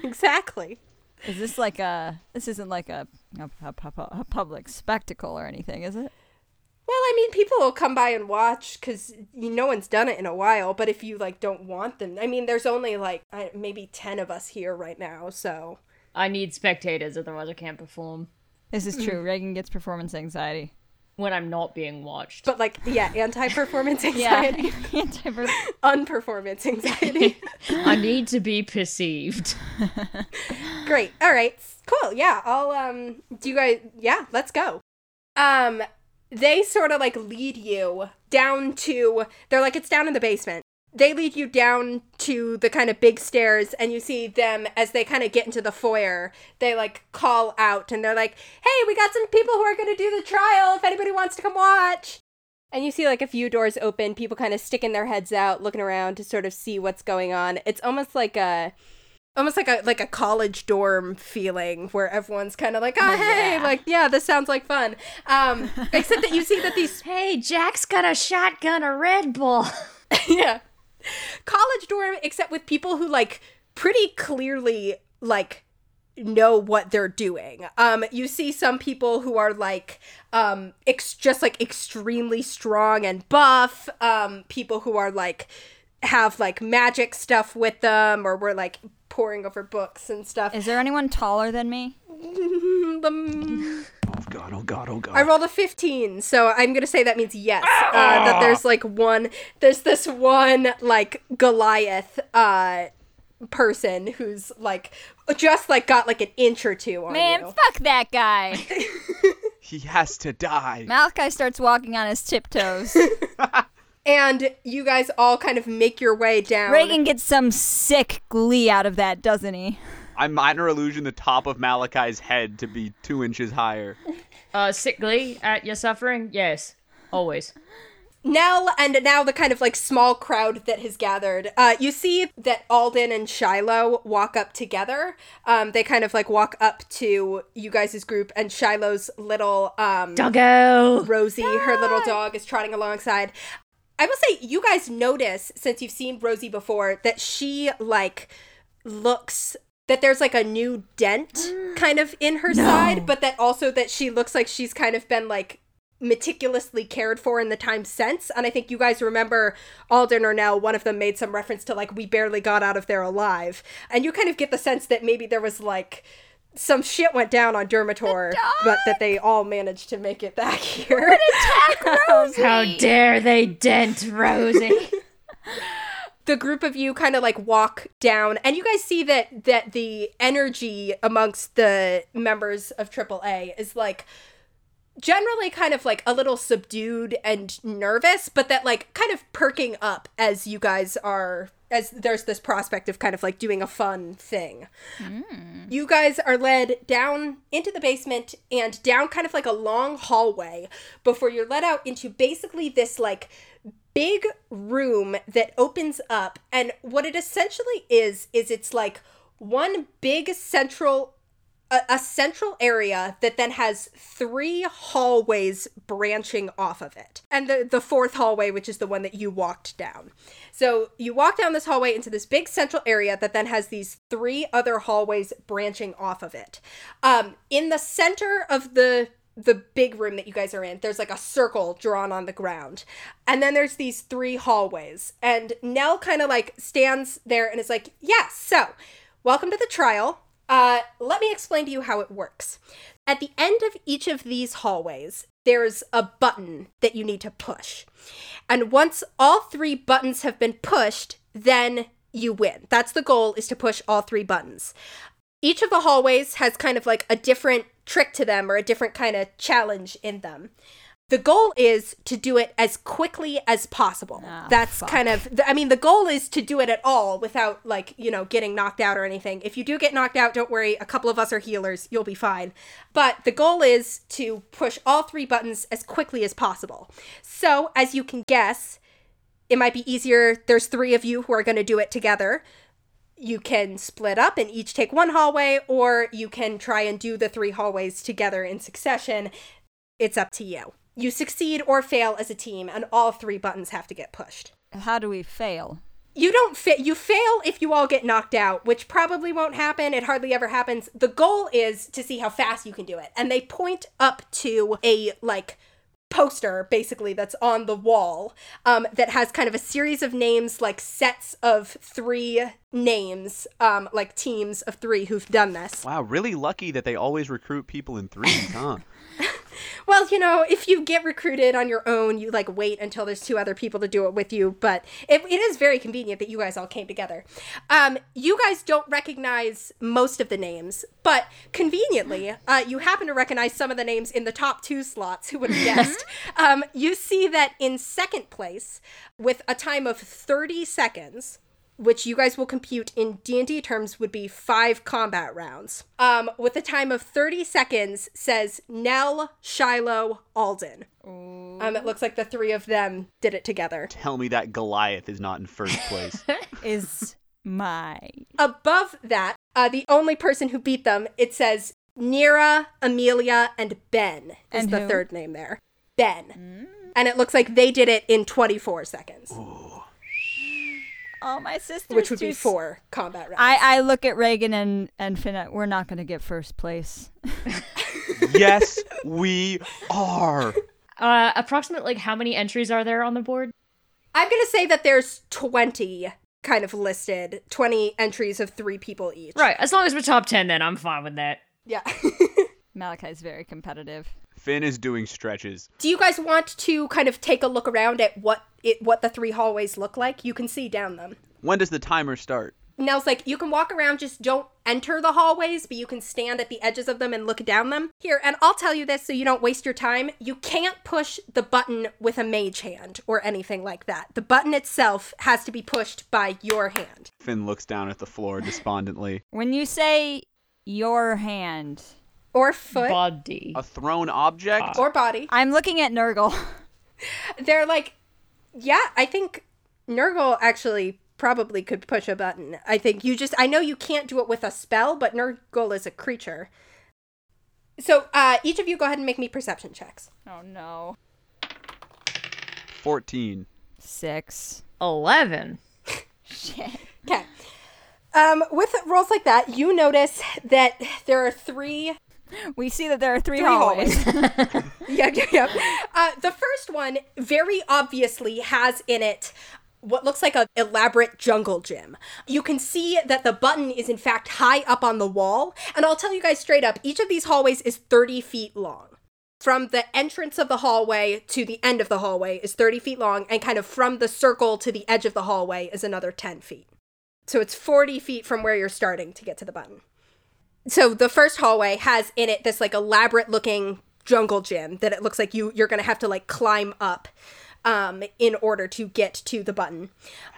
Exactly.
Is this like a? This isn't like a a, a, pu- a public spectacle or anything, is it?
Well, I mean, people will come by and watch because no one's done it in a while. But if you like don't want them, I mean, there's only like I, maybe ten of us here right now, so
I need spectators, otherwise I can't perform.
This is
Mm.
true. Reagan gets performance anxiety.
when I'm not being watched.
But like, yeah, anti-performance anxiety,
Anti-per-
unperformance anxiety.
I need to be perceived.
Great. All right. Cool. Yeah. I'll um do you guys yeah, let's go. Um they sort of like lead you down to they're like it's down in the basement. They lead you down to the kind of big stairs and you see them as they kind of get into the foyer. They like call out and they're like, "Hey, we got some people who are going to do the trial if anybody wants to come watch." And you see like a few doors open, people kind of sticking their heads out, looking around to sort of see what's going on. It's almost like a almost like a like a college dorm feeling where everyone's kind of like, "Oh, hey, like yeah, this sounds like fun." Um except that you see that these
Hey, Jack's got a shotgun, a Red Bull.
yeah. College dorm except with people who like pretty clearly like know what they're doing. Um you see some people who are like um ex- just like extremely strong and buff, um people who are like have like magic stuff with them or were like pouring over books and stuff.
Is there anyone taller than me?
The-
Oh god, oh god, oh god.
I rolled a 15, so I'm gonna say that means yes. Uh, that there's like one, there's this one like Goliath uh, person who's like just like got like an inch or two on
Man,
you.
fuck that guy.
he has to die.
Malachi starts walking on his tiptoes.
And you guys all kind of make your way down.
Reagan gets some sick glee out of that, doesn't he?
I minor illusion the top of Malachi's head to be two inches higher.
Uh, sickly at your suffering? Yes, always.
Nell and now the kind of like small crowd that has gathered. Uh, you see that Alden and Shiloh walk up together. Um, they kind of like walk up to you guys' group, and Shiloh's little um,
Doggo.
Rosie, her little dog, is trotting alongside. I will say, you guys notice since you've seen Rosie before that she like looks that there's like a new dent kind of in her side, but that also that she looks like she's kind of been like meticulously cared for in the time since. And I think you guys remember Alden or Nell, one of them made some reference to like we barely got out of there alive, and you kind of get the sense that maybe there was like some shit went down on Dermator, but that they all managed to make it back here.
How dare they dent Rosie?
the group of you kind of like walk down, and you guys see that that the energy amongst the members of AAA is like generally kind of like a little subdued and nervous, but that like kind of perking up as you guys are as there's this prospect of kind of like doing a fun thing. You guys are led down into the basement and down kind of like a long hallway before you're led out into basically this like big room that opens up and what it essentially is is it's like one big central a, a central area that then has three hallways branching off of it and the, the fourth hallway which is the one that you walked down so you walk down this hallway into this big central area that then has these three other hallways branching off of it um, in the center of the the big room that you guys are in there's like a circle drawn on the ground and then there's these three hallways and nell kind of like stands there and is like yeah so welcome to the trial uh, let me explain to you how it works. At the end of each of these hallways, there's a button that you need to push. And once all three buttons have been pushed, then you win. That's the goal is to push all three buttons. Each of the hallways has kind of like a different trick to them or a different kind of challenge in them. The goal is to do it as quickly as possible.
Ah,
That's
fuck.
kind of th- I mean the goal is to do it at all without like, you know, getting knocked out or anything. If you do get knocked out, don't worry, a couple of us are healers, you'll be fine. But the goal is to push all three buttons as quickly as possible. So, as you can guess, it might be easier there's three of you who are going to do it together. You can split up and each take one hallway or you can try and do the three hallways together in succession. It's up to you. You succeed or fail as a team and all three buttons have to get pushed
How do we fail?
you don't fit you fail if you all get knocked out which probably won't happen it hardly ever happens the goal is to see how fast you can do it and they point up to a like poster basically that's on the wall um, that has kind of a series of names like sets of three names um, like teams of three who've done this
Wow, really lucky that they always recruit people in threes, huh?
well you know if you get recruited on your own you like wait until there's two other people to do it with you but it, it is very convenient that you guys all came together um, you guys don't recognize most of the names but conveniently uh, you happen to recognize some of the names in the top two slots who would have guessed um, you see that in second place with a time of 30 seconds which you guys will compute in D&D terms would be 5 combat rounds. Um with a time of 30 seconds says Nell, Shiloh, Alden. Um it looks like the three of them did it together.
Tell me that Goliath is not in first place.
Is my
Above that, uh, the only person who beat them, it says Nira, Amelia, and Ben is
And
the
who?
third name there. Ben. And it looks like they did it in 24 seconds,
oh my sister,
which would be 4 combat rounds.
I, I look at Reagan and and Finette. We're not gonna get first place.
yes, we are.
Uh, approximate like how many entries are there on the board?
I'm going to say that there's 20 kind of listed, 20 entries of three people each.
Right. As long as we're top ten, then I'm fine with that.
Yeah.
Malachi's very competitive.
Finn is doing stretches.
Do you guys want to kind of take a look around at what it what the three hallways look like? You can see down them.
When does the timer start?
Nell's like, you can walk around, just don't enter the hallways, but you can stand at the edges of them and look down them. Here, and I'll tell you this so you don't waste your time. You can't push the button with a mage hand or anything like that. The button itself has to be pushed by your hand.
Finn looks down at the floor despondently.
When you say your hand,
Or foot.
Body.
A thrown object?
or body.
I'm looking at Nurgle.
they're like, yeah, I think Nurgle actually probably could push a button. I think you just, I know you can't do it with a spell, but Nurgle is a creature. So uh, each of you go ahead and make me perception checks.
Oh no.
14.
Six.
Eleven.
Okay. Um, with rolls like that, you notice that there are three
We see that there are three,
Three
hallways.
yep, yep, yep. Uh, the first one very obviously has in it what looks like a elaborate jungle gym. You can see that the button is in fact high up on the wall, and I'll tell you guys straight up, each of these hallways is 30 feet long. From the entrance of the hallway to the end of the hallway is 30 feet long, and kind of from the circle to the edge of the hallway is another 10 feet. So it's 40 feet from where you're starting to get to the button so the first hallway has in it this like elaborate looking jungle gym that it looks like you you're gonna have to like climb up um in order to get to the button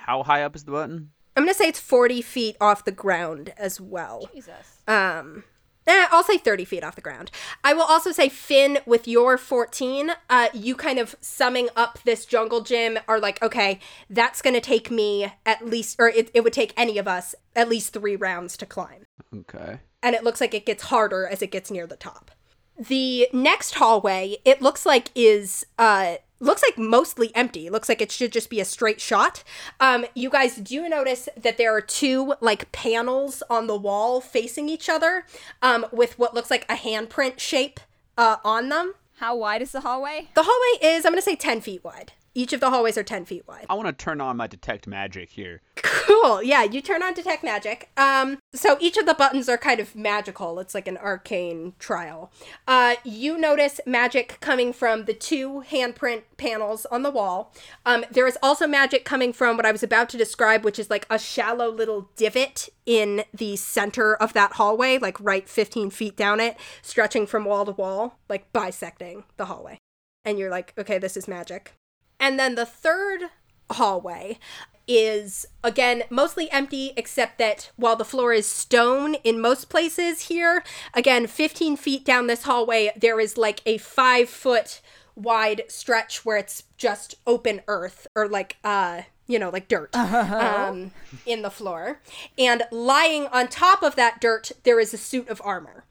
How high up is the button?
i'm gonna say it's 40 feet off the ground as well
Jesus.
um eh, I'll say 30 feet off the ground. I will also say, Finn, with your 14, uh, you kind of summing up this jungle gym are like, okay, that's going to take me at least, or it, it would take any of us at least three rounds to climb
Okay.
and it looks like it gets harder as it gets near the top. The next hallway, it looks like is uh looks like mostly empty. Looks like it should just be a straight shot. Um you guys do notice that there are two like panels on the wall facing each other um with what looks like a handprint shape uh on them.
How wide is the hallway?
The hallway is I'm going to say 10 feet wide. Each of the hallways are 10 feet wide.
I want to turn on my detect magic here.
Cool. Yeah, you turn on detect magic. Um, so each of the buttons are kind of magical. It's like an arcane trial. Uh, you notice magic coming from the two handprint panels on the wall. Um, there is also magic coming from what I was about to describe, which is like a shallow little divot in the center of that hallway, like right 15 feet down it, stretching from wall to wall, like bisecting the hallway. And you're like, okay, this is magic. And then the third hallway is again mostly empty except that while the floor is stone in most places here again 15 feet down this hallway there is like a five foot wide stretch where it's just open earth or like uh you know like dirt um, in the floor and lying on top of that dirt there is a suit of armor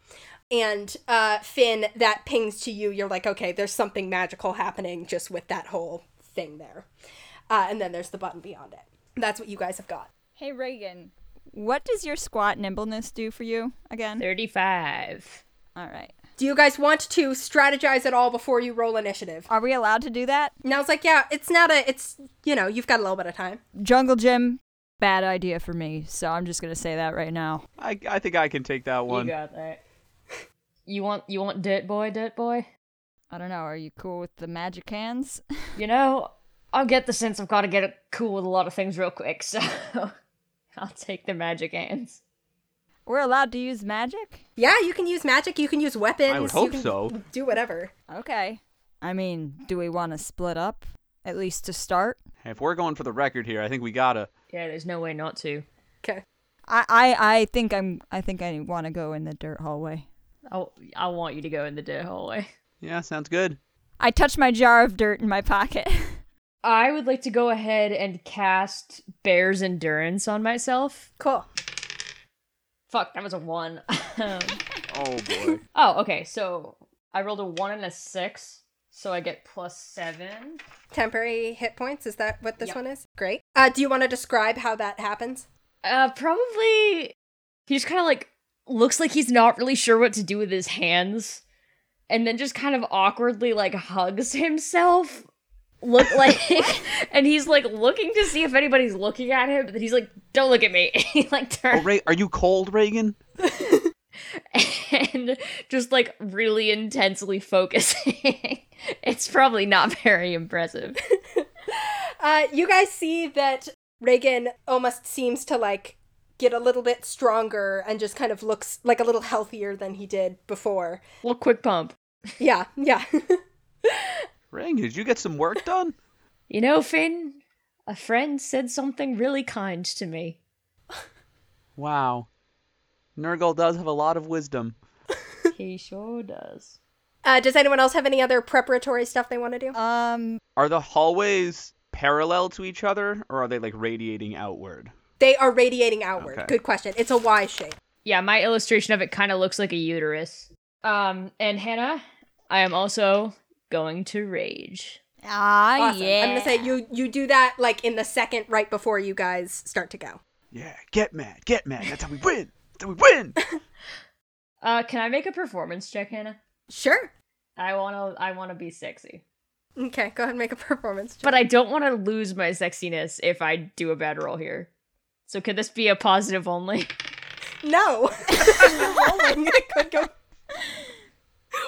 and uh, Finn, that pings to you. You're like, okay, there's something magical happening just with that whole thing there. Uh, and then there's the button beyond it. That's what you guys have got.
Hey Reagan. What does your squat nimbleness do for you again?
Thirty-five.
All right.
Do you guys want to strategize at all before you roll initiative?
Are we allowed to do that?
And I was like, yeah, it's not a, it's, you know, you've got a little bit of time.
Jungle Gym, bad idea for me. So I'm just gonna say that right now.
I, I think I can take that
You
one.
got that. You want you want dirt boy, dirt boy?
I don't know. Are you cool with the magic hands?
You know, I'll get the sense I've got to get it cool with a lot of things real quick, so I'll take the magic hands.
We're allowed to use magic.
Yeah, you can use magic, you can use weapons.
I would
you
hope
can
so.
Do whatever.
Okay. I mean, do we want to split up at least to start?
If we're going for the record here, I think we gotta.
Yeah, there's no way not to.
Okay.
I I, I think I'm I think I want to go in the dirt hallway.
I I want you to go in the dirt hallway.
Yeah, sounds good.
I touch my jar of dirt in my pocket.
I would like to go ahead and cast Bear's Endurance on myself.
Cool.
Fuck, that was a one.
Oh boy.
Um, oh, okay, so I rolled a one and a six, so I get plus seven.
Temporary hit points, is that what this
Yep.
one is? Great. Uh, do you want to describe how that happens?
Uh, probably. He just kind of like looks like he's not really sure what to do with his hands, and then just kind of awkwardly like hugs himself. Look like, and he's like looking to see if anybody's looking at him, but then he's like, "Don't look at me." he like
Oh,
turns
Ray, are you cold, Reagan?
and just like really intensely focusing. it's probably not very impressive.
Uh, you guys see that Reagan almost seems to like get a little bit stronger and just kind of looks like a little healthier than he did before.
Little quick pump.
Yeah, yeah.
Reagan, did you get some work done?
You know, Finn, a friend said something really kind to me.
Wow. Nurgle does have a lot of wisdom.
he sure does.
uh, does anyone else have any other preparatory stuff they want to do?
um,
Are the hallways parallel to each other, or are they like radiating outward?
They are radiating outward.
Okay.
Good question. It's a Y shape.
Yeah, my illustration of it kind of looks like a uterus. Um, and Hannah, I am also going to rage.
ah,
Awesome.
yeah.
I'm gonna say you you do that like in the second right before you guys start to go.
Yeah, get mad, get mad. That's how we win. That's how we win.
Uh, can I make a performance check, Hannah?
Sure.
I wanna, I wanna be sexy,
Okay, go ahead and make a performance. check.
but I don't want to lose my sexiness if I do a bad roll here. So could this be a positive only?
no. You're rolling. It could go.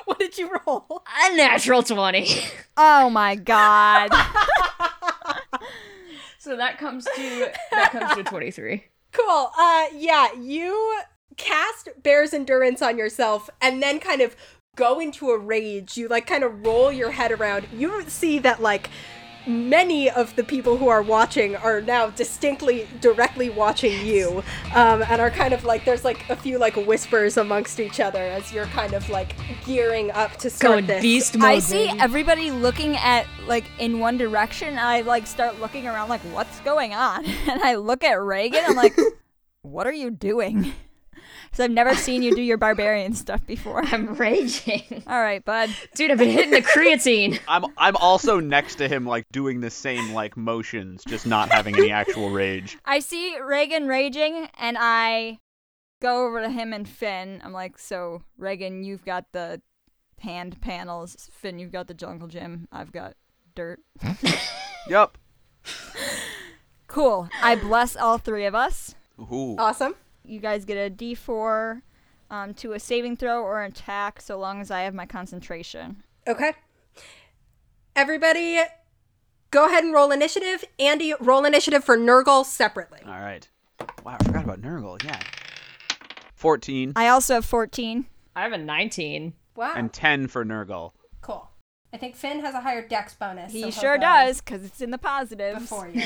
What did you roll?
A natural twenty.
oh my god.
so that comes to that comes to twenty three.
Cool. Uh yeah, you cast Bear's endurance on yourself and then kind of go into a rage. You like kind of roll your head around. You see that like many of the people who are watching are now distinctly directly watching you um, and are kind of like there's like a few like whispers amongst each other as you're kind of like gearing up to start
Going
this
beast mode.
I see
baby.
everybody looking at like in one direction. and I like start looking around like what's going on, and I look at Reagan. I'm like, what are you doing? Because I've never seen you do your barbarian stuff before.
I'm raging,
All right, bud.
dude. I've been hitting the creatine.
I'm I'm also next to him, like doing the same like motions, just not having any actual rage.
I see Reagan raging, and I go over to him and Finn. I'm like, so Reagan, you've got the hand panels. Finn, you've got the jungle gym. I've got dirt.
Yep.
Cool. I bless all three of us.
Ooh.
awesome
You guys get a D4 um, to a saving throw or an attack, so long as I have my concentration.
okay everybody go ahead and roll initiative andy roll initiative for nurgle separately
All right. Wow, I forgot about Nurgle. Yeah. Fourteen
I also have 14.
I have a nineteen.
wow
and ten for Nurgle.
Cool. I think Finn has a higher dex bonus. so
He
he'll
sure
go
does, because it's in the positives.
Before you.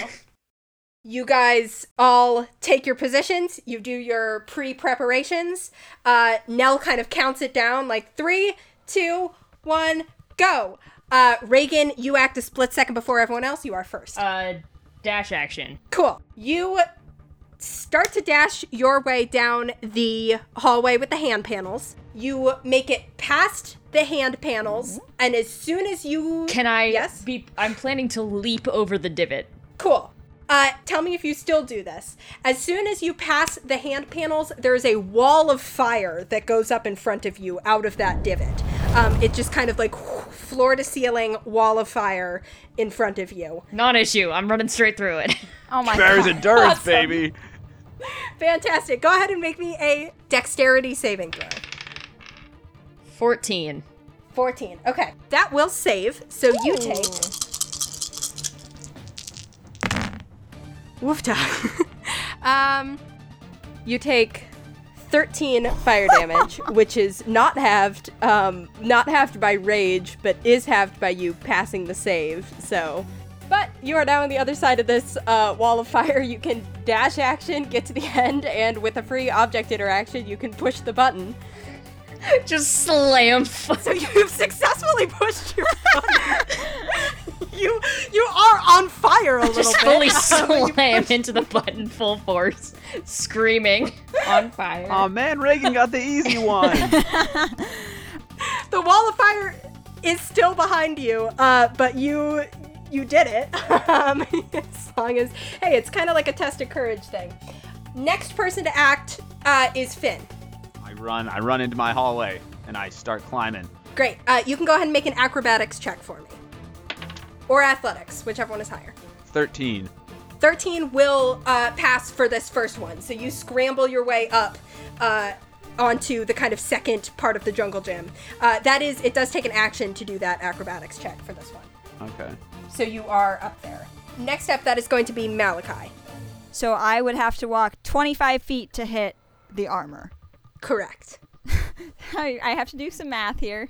you guys all take your positions. You do your pre preparations. Uh, Nell kind of counts it down like three, two, one, go. Uh, Reagan, you act a split second before everyone else. You are first.
Uh, dash action.
Cool. You start to dash your way down the hallway with the hand panels. You make it past the hand panels, and as soon as you
Can I
Yes.
be I'm planning to leap over the divot.
Cool. Uh, tell me if you still do this. As soon as you pass the hand panels, there is a wall of fire that goes up in front of you out of that divot. Um, it just kind of like floor to ceiling wall of fire in front of you.
Non-issue. I'm running straight through it.
Oh my
Bears
god.
endurance, baby.
Fantastic. Go ahead and make me a dexterity saving throw.
14.
14. Okay. That will save. So you take. Woofta. um, you take 13 fire damage, which is not halved, um, not halved by rage, but is halved by you passing the save. So. But you are now on the other side of this uh, wall of fire. You can dash action, get to the end, and with a free object interaction, you can push the button.
Just slam.
So you've successfully pushed your phone. you you are on fire a little
Just
bit.
fully
Um, you
slam
pushed-
into the button full force, screaming on fire.
Aw man, Reagan got the easy one.
The wall of fire is still behind you, uh, but you you did it. Um, as long as hey, it's kind of like a test of courage thing. Next person to act uh, is Finn.
I run. I run into my hallway and I start climbing.
Great. Uh, you can go ahead and make an acrobatics check for me, or athletics, whichever one is higher.
Thirteen.
13 will uh, pass for this first one. So you scramble your way up uh, onto the kind of second part of the jungle gym. Uh, that is, it does take an action to do that acrobatics check for this one.
Okay.
So you are up there. Next up, that is going to be Malachi.
So I would have to walk 25 feet to hit the armor.
Correct.
I, I have to do some math here.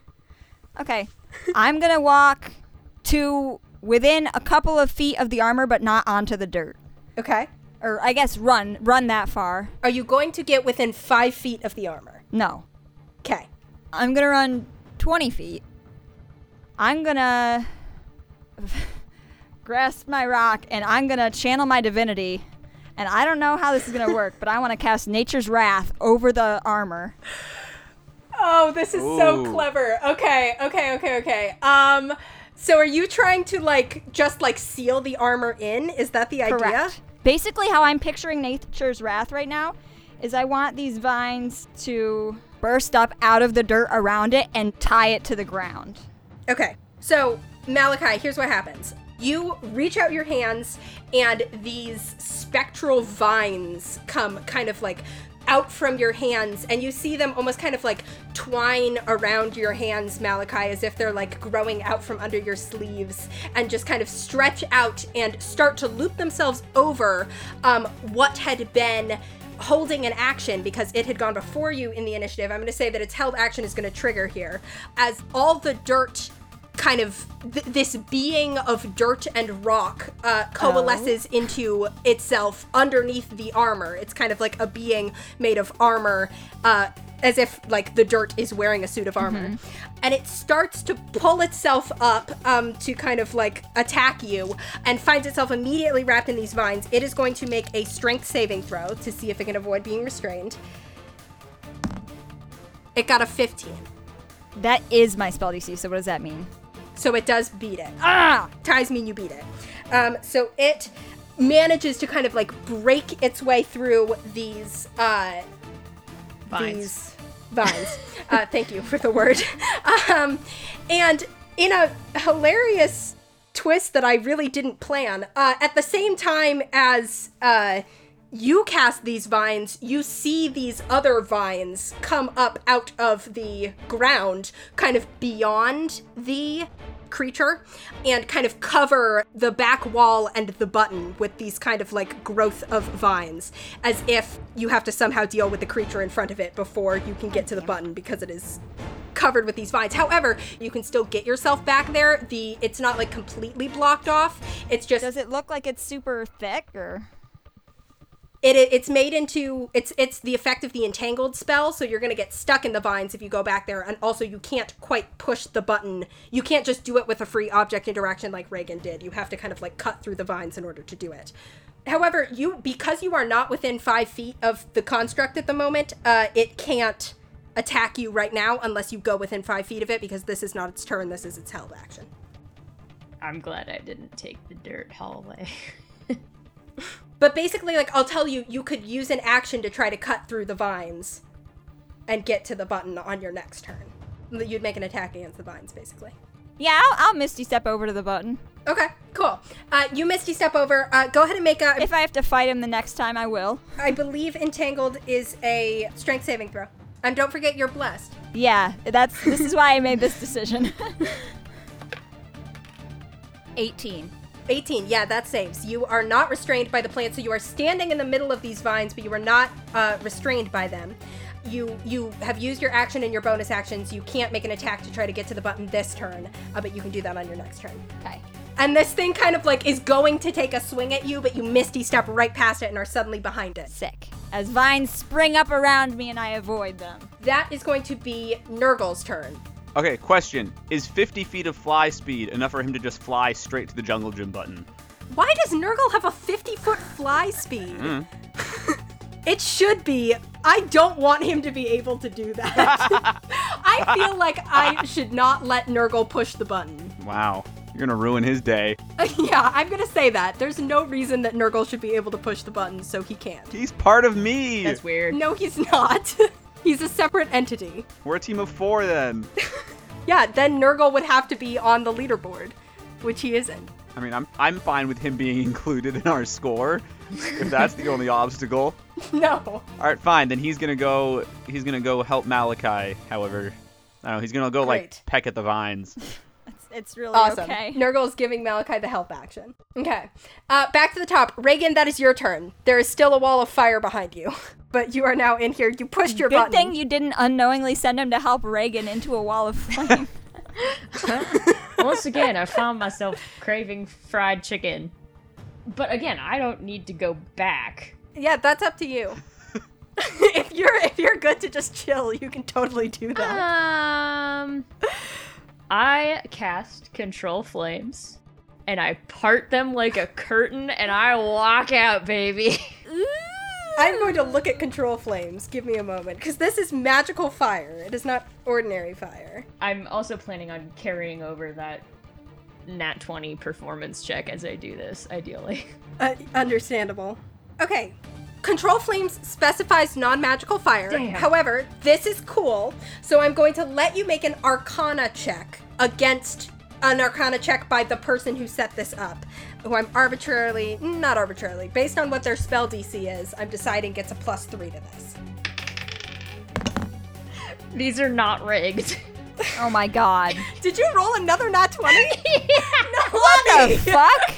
Okay. I'm going to walk to within a couple of feet of the armor, but not onto the dirt.
Okay.
Or I guess run, run that far.
Are you going to get within five feet of the armor?
No.
Okay.
I'm going to run 20 feet. I'm going to grasp my rock and I'm going to channel my divinity. And I don't know how this is going to work, but I want to cast Nature's Wrath over the armor.
Oh, this is so
Ooh.
clever. Okay, okay, okay, okay. Um, so are you trying to like just like seal the armor in? Is that the idea?
Correct. Basically, how I'm picturing nature's wrath right now is I want these vines to burst up out of the dirt around it and tie it to the ground.
Okay. So, Malachi, here's what happens. You reach out your hands, and these spectral vines come kind of like out from your hands, and you see them almost kind of like twine around your hands, Malachi, as if they're like growing out from under your sleeves, and just kind of stretch out and start to loop themselves over um, what had been holding an action because it had gone before you in the initiative. I'm going to say that its held action is going to trigger here as all the dirt kind of th- this being of dirt and rock uh, coalesces into itself underneath the armor. It's kind of like a being made of armor. Uh, as if like the dirt is wearing a suit of armor and it starts to pull itself up um, to kind of like attack you and finds itself immediately wrapped in these vines it is going to make a strength saving throw to see if it can avoid being restrained it got a 15
That is my spell DC, so what does that mean?
so it does beat it. Ah! Ties mean you beat it. Um, so it manages to kind of like break its way through these uh, these vines. uh, thank you for the word. um, and in a hilarious twist that I really didn't plan, uh, at the same time as uh, you cast these vines, you see these other vines come up out of the ground, kind of beyond the creature and kind of cover the back wall and the button with these kind of like growth of vines as if you have to somehow deal with the creature in front of it before you can get to the button because it is covered with these vines. However, you can still get yourself back there. The it's not like completely blocked off. It's just
Does it look like it's super thick or
it, it it's made into it's it's the effect of the entangled spell so you're going to get stuck in the vines if you go back there and also you can't quite push the button you can't just do it with a free object interaction like reagan did you have to kind of like cut through the vines in order to do it however you because you are not within five feet of the construct at the moment uh, it can't attack you right now unless you go within five feet of it because this is not its turn this is its held action
I'm glad I didn't take the dirt hallway.
But basically, like I'll tell you, you could use an action to try to cut through the vines, and get to the button on your next turn. You'd make an attack against the vines, basically.
Yeah, I'll, I'll misty step over to the button.
Okay, cool. Uh, you Misty step over. Uh, go ahead and make a.
If I have to fight him the next time, I will.
I believe entangled is a strength saving throw, and don't forget you're blessed.
Yeah, that's this is why I made this decision. 18.
18. Yeah, that saves. You are not restrained by the plant, so you are standing in the middle of these vines, but you are not uh, restrained by them. You you have used your action and your bonus actions. You can't make an attack to try to get to the button this turn, uh, but you can do that on your next turn.
Okay.
And this thing kind of like is going to take a swing at you, but you misty step right past it and are suddenly behind it.
Sick. As vines spring up around me and I avoid them.
That is going to be Nurgle's turn.
Okay, question. Is 50 feet of fly speed enough for him to just fly straight to the jungle gym button?
Why does Nurgle have a 50 foot fly speed? it should be. I don't want him to be able to do that. I feel like I should not let Nurgle push the button.
Wow. You're gonna ruin his day.
yeah, I'm gonna say that. There's no reason that Nurgle should be able to push the button, so he can't.
He's part of me.
That's weird.
No, he's not. he's a separate entity.
We're a team of four then.
Yeah, then Nurgle would have to be on the leaderboard, which he isn't.
I mean, I'm I'm fine with him being included in our score, if that's the only obstacle.
No.
All right, fine. Then he's gonna go. He's gonna go help Malachi. However, I don't know. He's gonna go
Great.
like peck at the vines.
It's, it's really
Awesome.
okay.
Nurgle's giving Malachi the help action. Okay. Uh, back to the top. Reagan, that is your turn. There is still a wall of fire behind you, but you are now in here. You pushed your
Good
button.
thing you didn't unknowingly send him to help Reagan into a wall of flame.
Once again, I found myself craving fried chicken. But again, I don't need to go back.
yeah, that's up to you. if you're if you're good to just chill, you can totally do that.
Um, I cast control flames, and I part them like a curtain, and I walk out, baby.
Ah.
I'm going to look at control flames. Give me a moment, because this is magical fire. It is not ordinary fire.
I'm also planning on carrying over that nat 20 performance check as I do this, ideally.
Uh, understandable. Okay. Control Flames specifies non magical fire.
Damn.
However, this is cool, so I'm going to let you make an arcana check against an arcana check by the person who set this up, who I'm arbitrarily, not arbitrarily, based on what their spell DC is, I'm deciding gets a plus three to this.
These are not rigged.
oh my god.
Did you roll another nat 20? no,
What the
honey.
fuck?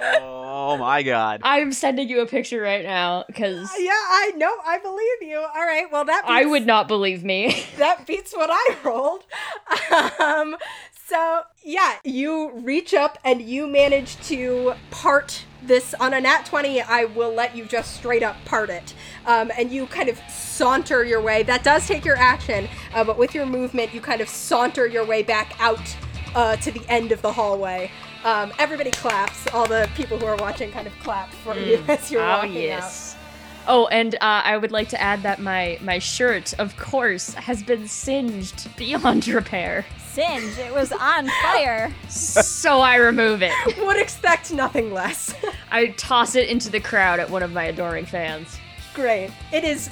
oh my god.
I'm sending you a picture right now because
Yeah, I know, I believe you. All right, well, that
I
means-
would not believe me.
that beats what I rolled. Um, so yeah, you reach up and you manage to part this on a nat 20 i will let you just straight up part it um, and you kind of saunter your way that does take your action uh, but with your movement you kind of saunter your way back out uh, to the end of the hallway um, everybody claps all the people who are watching kind of clap for you as you're
oh
walking out
yes. Oh, and uh, I would like to add that my my shirt, of course, has been singed beyond repair,
Singe, it was on fire.
so I remove it.
would expect nothing less
I toss it into the crowd at one of my adoring fans.
Great. It is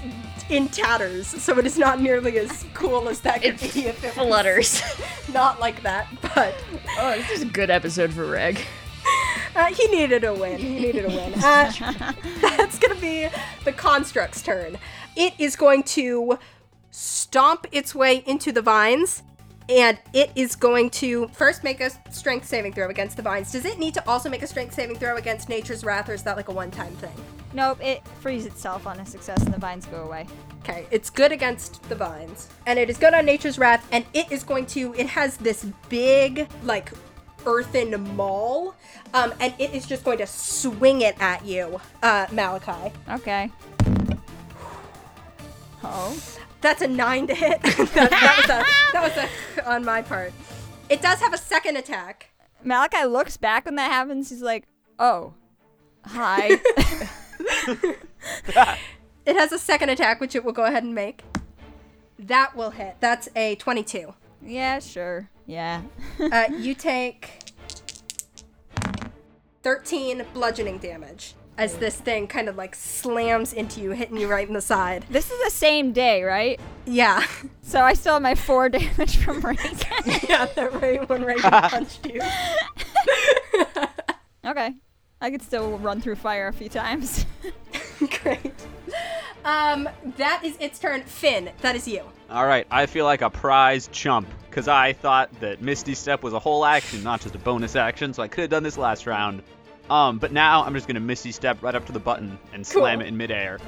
in tatters, so it is not nearly as cool as that could
It
be if it was
flutters.
not like that, but
oh, this is a good episode for Reg.
uh, he needed a win. He needed a win. Uh, that's going to be the construct's turn. It is going to stomp its way into the vines, and it is going to first make a strength saving throw against the vines. Does it need to also make a strength saving throw against nature's wrath, or is that like a one time thing?
Nope, it frees itself on a success and the vines go away.
Okay, it's good against the vines. And it is good on nature's wrath, and it is going to it has this big, like, earthen maul. Um, and it is just going to swing it at you, uh, Malachi.
Okay. Oh.
That's a nine to hit. that, that was a that was a on my part. It does have a second attack.
Malachi looks back when that happens. He's like, oh, hi.
It has a second attack, which it will go ahead and make. That will hit. That's a twenty-two.
yeah, sure. Yeah.
Uh, you take 13 bludgeoning damage. as this thing kind of like slams into you, hitting you right in the side.
This is the same day, right?
Yeah.
So I still have my four damage from Reagan.
yeah, that Ray when Ray punched you.
okay. I could still run through fire a few times.
Great. Um, that is its turn. Finn, that is you.
All right, I feel like a prize chump because I thought that Misty Step was a whole action, not just a bonus action, so I could have done this last round. Um, but now I'm just gonna Misty Step right up to the button and slam
Cool.
it in midair.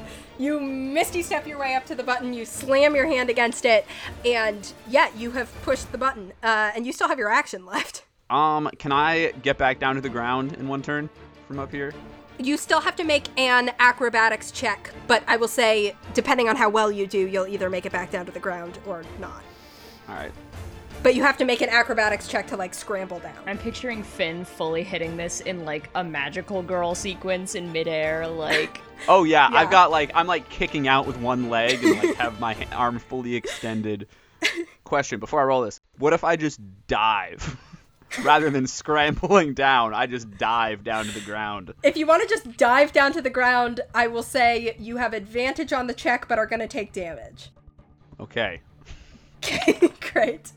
You misty step your way up to the button, you slam your hand against it, and yeah, you have pushed the button. Uh, and you still have your action left.
Um, can I get back down to the ground in one turn from up here?
You still have to make an acrobatics check, but I will say, depending on how well you do, you'll either make it back down to the ground or not.
All right.
But you have to make an acrobatics check to like scramble down.
I'm picturing Finn fully hitting this in like a magical girl sequence in midair, like
Oh yeah,
Yeah.
I've got like I'm like kicking out with one leg and like have my ha- arm fully extended. Question before I roll this: What if I just dive rather than scrambling down? I just dive down to the ground.
If you want to just dive down to the ground, I will say you have advantage on the check, but are going to take damage.
Okay.
Okay, great.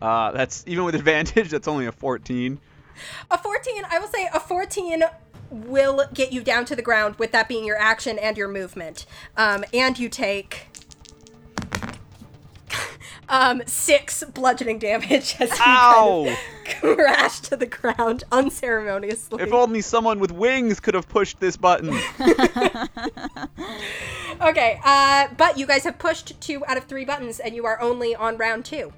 Uh, that's even with advantage. That's only a 14.
A 14, I will say a 14 will get you down to the ground with that being your action and your movement. Um, and you take um, six bludgeoning damage as you kind
Ow!
of crash to the ground unceremoniously.
if only someone with wings could have pushed this button.
okay, uh, but you guys have pushed two out of three buttons and you are only on round two.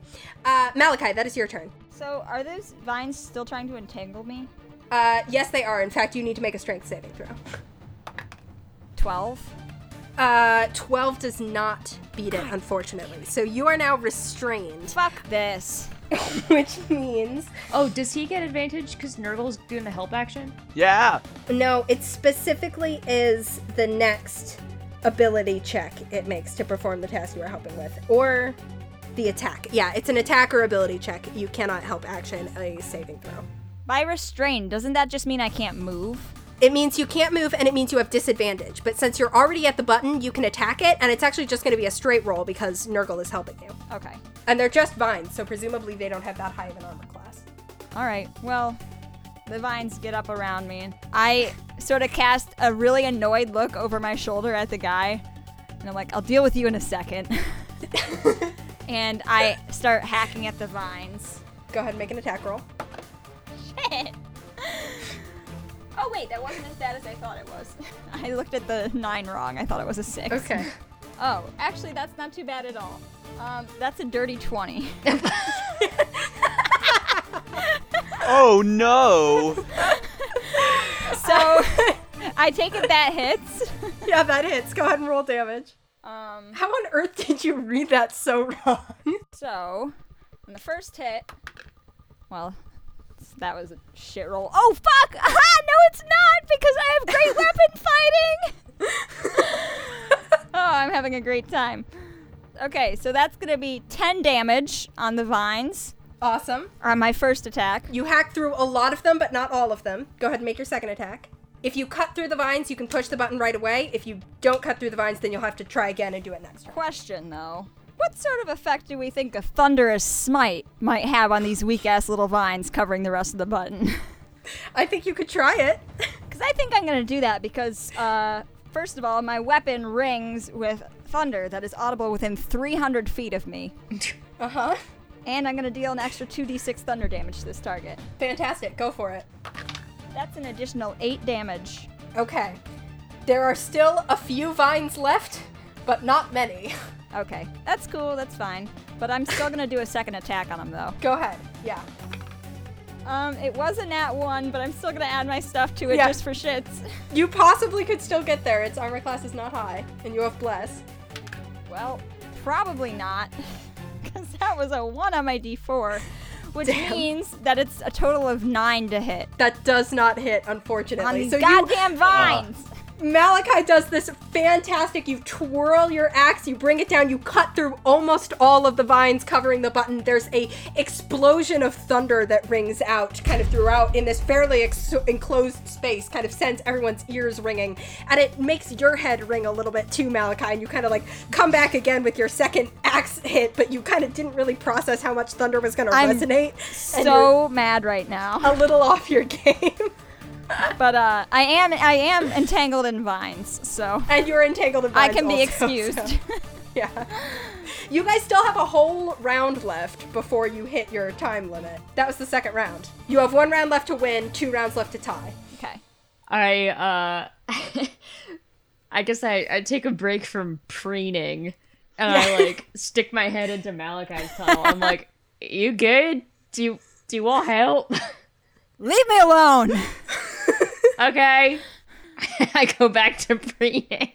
Uh, Malachi, that is your turn.
so are those vines still trying to entangle me?
Uh, yes, they are. In fact, you need to make a strength saving throw.
Twelve.
Uh, 12 does not beat it, unfortunately. So you are now restrained.
Fuck this.
which means
Oh, does he get advantage because Nurgle's doing the help action?
yeah.
no it specifically is the next ability check it makes to perform the task you are helping with or the attack yeah it's an attack or ability check you cannot help action a saving throw
By restrain, doesn't that just mean I can't move?
it means you can't move and it means you have disadvantage but since you're already at the button you can attack it and it's actually just going to be a straight roll because nurgle is helping you
Okay.
and they're just vines so presumably they don't have that high of an armor class
All right. Well, the vines get up around me. I sort of cast a really annoyed look over my shoulder at the guy, and I'm like, "I'll deal with you in a second. and I start hacking at the vines.
go ahead and make an attack roll
Oh wait, that wasn't as bad as I thought it was. I looked at the nine wrong. I thought it was a six. Oh, actually, that's not too bad at all. Um, that's a dirty twenty.
Oh no.
so I take it that hits.
yeah that hits go ahead and roll damage
Um,
How on earth did you read that so wrong?
so on the first hit, well, s- that was a shit roll. Oh fuck! Aha! No, it's not because I have great weapon fighting. oh, I'm having a great time. Okay, so that's gonna be ten damage on the vines
awesome.
on my first attack.
You hack through a lot of them, but not all of them. Go ahead and make your second attack. If you cut through the vines, you can push the button right away. If you don't cut through the vines, then you'll have to try again and do it next turn.
Question though. What sort of effect do we think a thunderous smite might have on these weak ass little vines covering the rest of the button?
I think you could try it.
Because I think I'm going to do that because, uh, first of all, my weapon rings with thunder that is audible within 300 feet of me.
Uh huh.
And I'm going to deal an extra 2d6 thunder damage to this target.
Fantastic. Go for it.
That's an additional 8 damage.
Okay. There are still a few vines left, but not many.
Okay, that's cool, that's fine. But I'm still going to do a second attack on him, though.
Go ahead. Yeah.
Um, it was a nat 1, but I'm still going to add my stuff to it
Yeah.
just for shits.
You possibly could still get there. Its armor class is not high, and you have bless.
Well, probably not. Because that was a 1 on my d4, which
Damn.
means that it's a total of 9 to hit.
That does not hit, unfortunately.
on these
so you Ah.
goddamn vines.
Malachi does this fantastic. You twirl your axe, you bring it down, you cut through almost all of the vines covering the button. There's a explosion of thunder that rings out kind of throughout in this fairly ex- enclosed space, kind of sends everyone's ears ringing, and it makes your head ring a little bit too, Malachi. And you kind of like come back again with your second axe hit, but you kind of didn't really process how much thunder was going to
I'm
resonate. and you're Oh.
So mad right now.
a little off your game.
But uh, I am I am entangled in vines, so
and you're entangled in
I
vines
can be
also,
excused.
so, yeah. You guys still have a whole round left before you hit your time limit. That was the second round. You have one round left to win, two rounds left to tie.
okay.
I uh I guess I, I take a break from preening and I like stick my head into Malachi's tunnel. I'm like, You good? Do you do you want help?
Leave me alone.
okay. I go back to preening.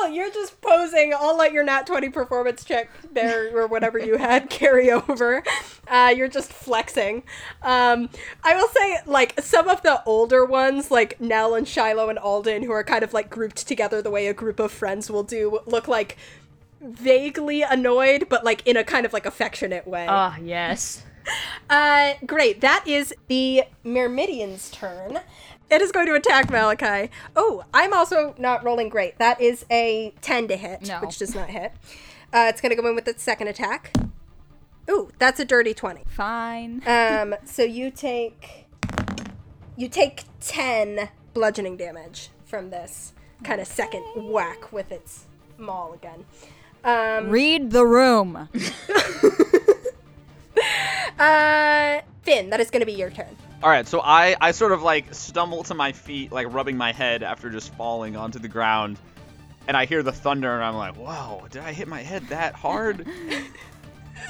Cool, you're just posing. I'll let your nat 20 performance check there or whatever you had carry over. Uh, you're just flexing. Um, I will say, like, some of the older ones, like Nell and Shiloh and Alden, who are kind of like grouped together the way a group of friends will do, look like vaguely annoyed, but like in a kind of like affectionate way.
Ah, yes.
Uh, great. That is the Myrmidian's turn. It is going to attack Malachi. Oh, I'm also not rolling great. That is a 10 to hit,
No.
which does not hit. Uh, it's going to go in with its second attack. Ooh, that's a dirty 20.
Fine.
Um, so you take you take 10 bludgeoning damage from this kind of second whack with its maul again. Um,
Read the room.
uh, Finn, that is going to be your turn.
All right, so I I sort of like stumble to my feet, like rubbing my head after just falling onto the ground, and I hear the thunder, and I'm like, "Whoa, did I hit my head that hard?"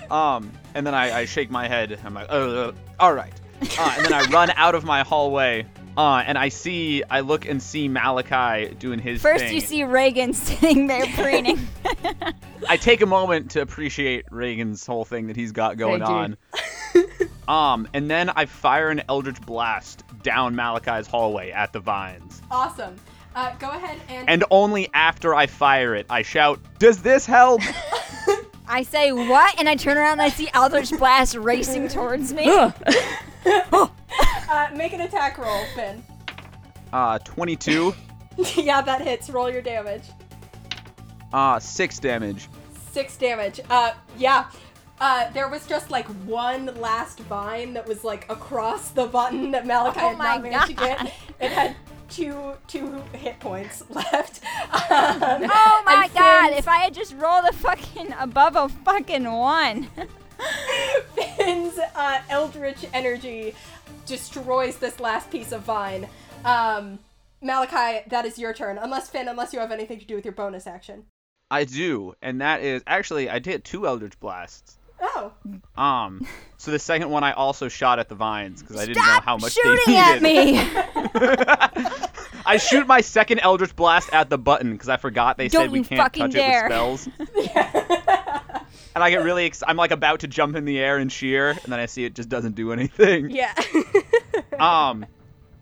um, and then I, I shake my head. I'm like, "Uh, all right," uh, and then I run out of my hallway. Uh, and I see, I look and see Malachi doing his
First,
thing.
you see Reagan sitting there preening.
I take a moment to appreciate Reagan's whole thing that he's got going
Hey,
on. um, and then I fire an Eldritch Blast down Malachi's hallway at the vines.
Awesome. Uh, go ahead and,
And only after I fire it, I shout, "Does this help?"
I say what, and I turn around and I see Eldritch Blast racing towards me.
uh, make an attack roll, Finn.
Uh, 22.
yeah, that hits. Roll your damage.
Uh, six damage.
Six damage. Uh, yeah. Uh, there was just like one last vine that was like across the button that Malachi
Oh
had not
my
managed to
God.
get. It had two two hit points left. Um,
Oh my
and
god,
Finn's-
if I had just rolled a fucking above a fucking one.
Finn's uh, eldritch energy destroys this last piece of vine. Um, Malachi, that is your turn. Unless Finn, unless you have anything to do with your bonus action.
I do, and that is actually I did two Eldritch Blasts.
Oh.
Um, so the second one I also shot at the vines because I didn't know how
Stop
much they
shooting
needed.
at me!
I shoot my second Eldritch Blast at the button because I forgot they
Don't
said we
you
can't
fucking
touch
dare.
it with spells. and I get really, ex- I'm like about to jump in the air and cheer, and then I see it just doesn't do anything.
Yeah.
Um,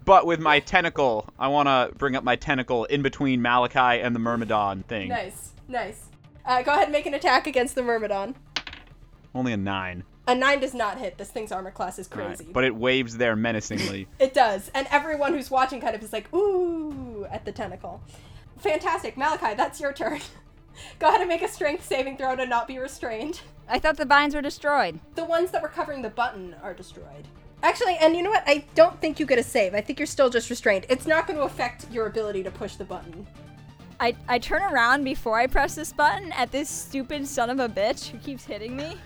but with my tentacle, I want to bring up my tentacle in between Malachi and the Myrmidon thing.
Nice, nice. Uh, go ahead and make an attack against the Myrmidon.
Only a nine,
A nine does not hit. This thing's armor class is
All right.
crazy.
but it waves there menacingly.
it does, and everyone who's watching kind of is like, ooh, at the tentacle. Fantastic, Malachi. That's your turn. go ahead and make a strength saving throw to not be restrained.
I thought the vines were destroyed.
The ones that were covering the button are destroyed. Actually, and you know what? I don't think you get a save. I think you're still just restrained. It's not going to affect your ability to push the button.
I, I turn around before I press this button at this stupid son of a bitch who keeps hitting me.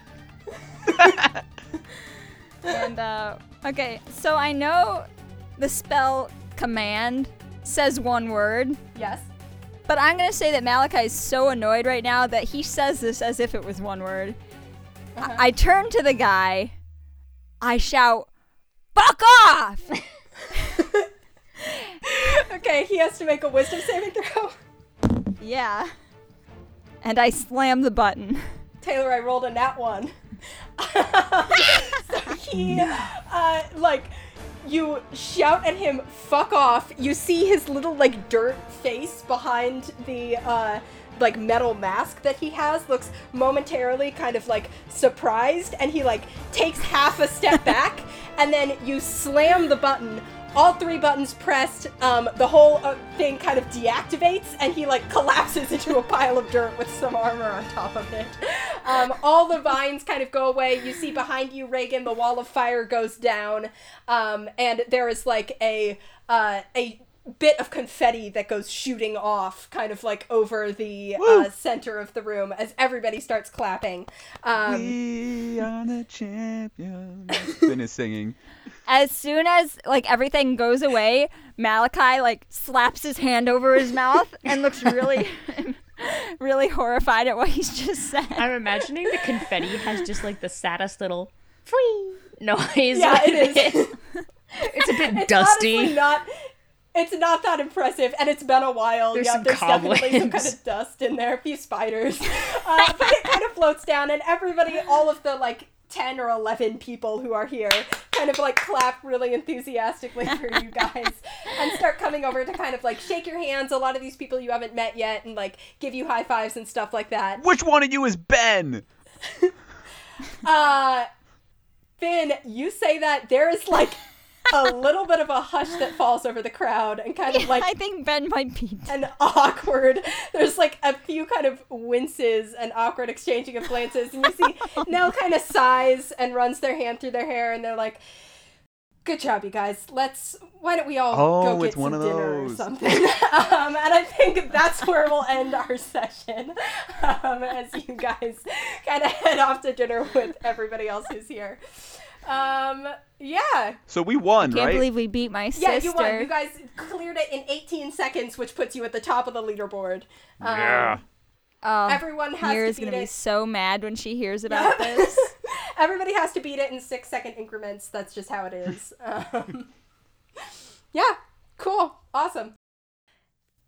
and, uh, okay, so I know the spell command says one word,
Yes.
but I'm gonna say that Malachi is so annoyed right now that he says this as if it was one word. I-
Uh-huh.
I turn to the guy, I shout, Fuck off!
Okay, he has to make a wisdom saving throw.
yeah. And I slam the button.
Taylor, I rolled a nat one. so he, uh, like, you shout at him, fuck off. You see his little, like, dirt face behind the, uh, like, metal mask that he has looks momentarily kind of, like, surprised, and he, like, takes half a step back, and then you slam the button. All three buttons pressed, um, the whole uh, thing kind of deactivates, and he like collapses into a pile of dirt with some armor on top of it. Um, all the vines kind of go away. You see behind you, Reagan, the wall of fire goes down, um, and there is like a uh, a bit of confetti that goes shooting off, kind of like over the uh, center of the room as everybody starts clapping. Um,
We are the champions. Finn is singing.
As soon as like everything goes away, Malachi like slaps his hand over his mouth and looks really, really horrified at what he's just said.
I'm imagining the confetti has just like the saddest little free noise.
Yeah,
when
it is.
hits. It's a bit
It's
dusty.
Honestly not, it's not that impressive, and it's been a while.
There's
yeah,
some
there's definitely some kind
cobwebs.
of dust in there, a few spiders. Uh, but it kind of floats down, and everybody, all of the like 10 or 11 people who are here, kind of like clap really enthusiastically for you guys and start coming over to kind of like shake your hands. A lot of these people you haven't met yet, and like give you high fives and stuff like that.
Which one of you is Ben?
Uh, Finn, you say that there is like a little bit of a hush that falls over the crowd and kind of like
I think Ben might be.
an awkward. There's like a few kind of winces and awkward exchanging of glances, and you see Nell kind of sighs and runs their hand through their hair, and they're like, "Good job, you guys. Let's. Why don't we all
Oh,
go get
it's one
some
of
dinner or
those.
something?" um, and I think that's where we'll end our session, um, as you guys kind of head off to dinner with everybody else who's here. Um, yeah.
So we won,
Can't
right?
believe we beat my sister.
Yeah, you won. You guys cleared it in 18 seconds, which puts you at the top of the leaderboard. Um,
yeah.
oh,
Everyone has
Mira's
to beat
gonna be
it.
so mad when she hears about this.
Everybody has to beat it in six second increments. That's just how it is. Um, yeah, cool. Awesome.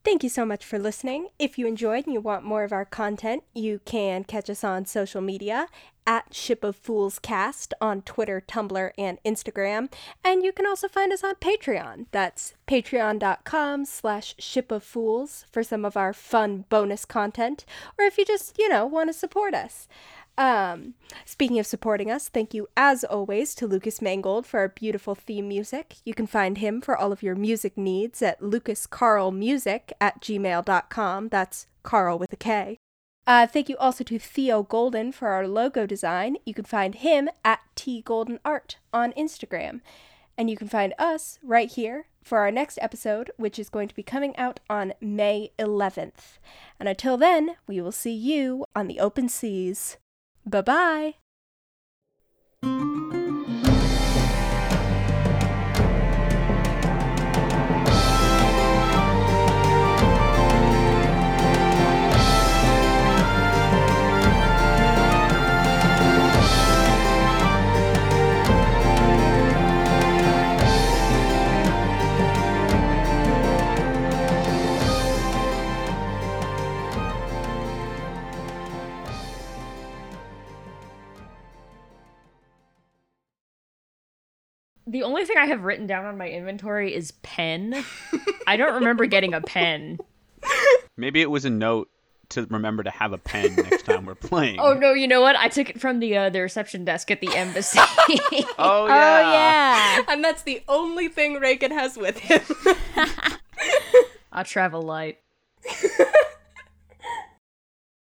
Thank you so much for listening. If you enjoyed and you want more of our content, you can catch us on social media at Ship of Fools Cast on Twitter, Tumblr, and Instagram. And you can also find us on Patreon. That's patreon.com slash ship of fools for some of our fun bonus content. Or if you just, you know, want to support us. Um, speaking of supporting us, thank you as always to Lucas Mangold for our beautiful theme music. You can find him for all of your music needs at lucascarlmusic at gmail.com. That's Carl with a K. Uh, thank you also to Theo Golden for our logo design. You can find him at tgoldenart on Instagram. And you can find us right here for our next episode, which is going to be coming out on May 11th. And until then, we will see you on the open seas. Bye bye.
The only thing I have written down on my inventory is pen. I don't remember getting a pen.
Maybe it was a note to remember to have a pen next time we're playing.
Oh no, you know what? I took it from the uh, the reception desk at the embassy.
Oh
Oh yeah.
And that's the only thing Reagan has with him.
I travel light.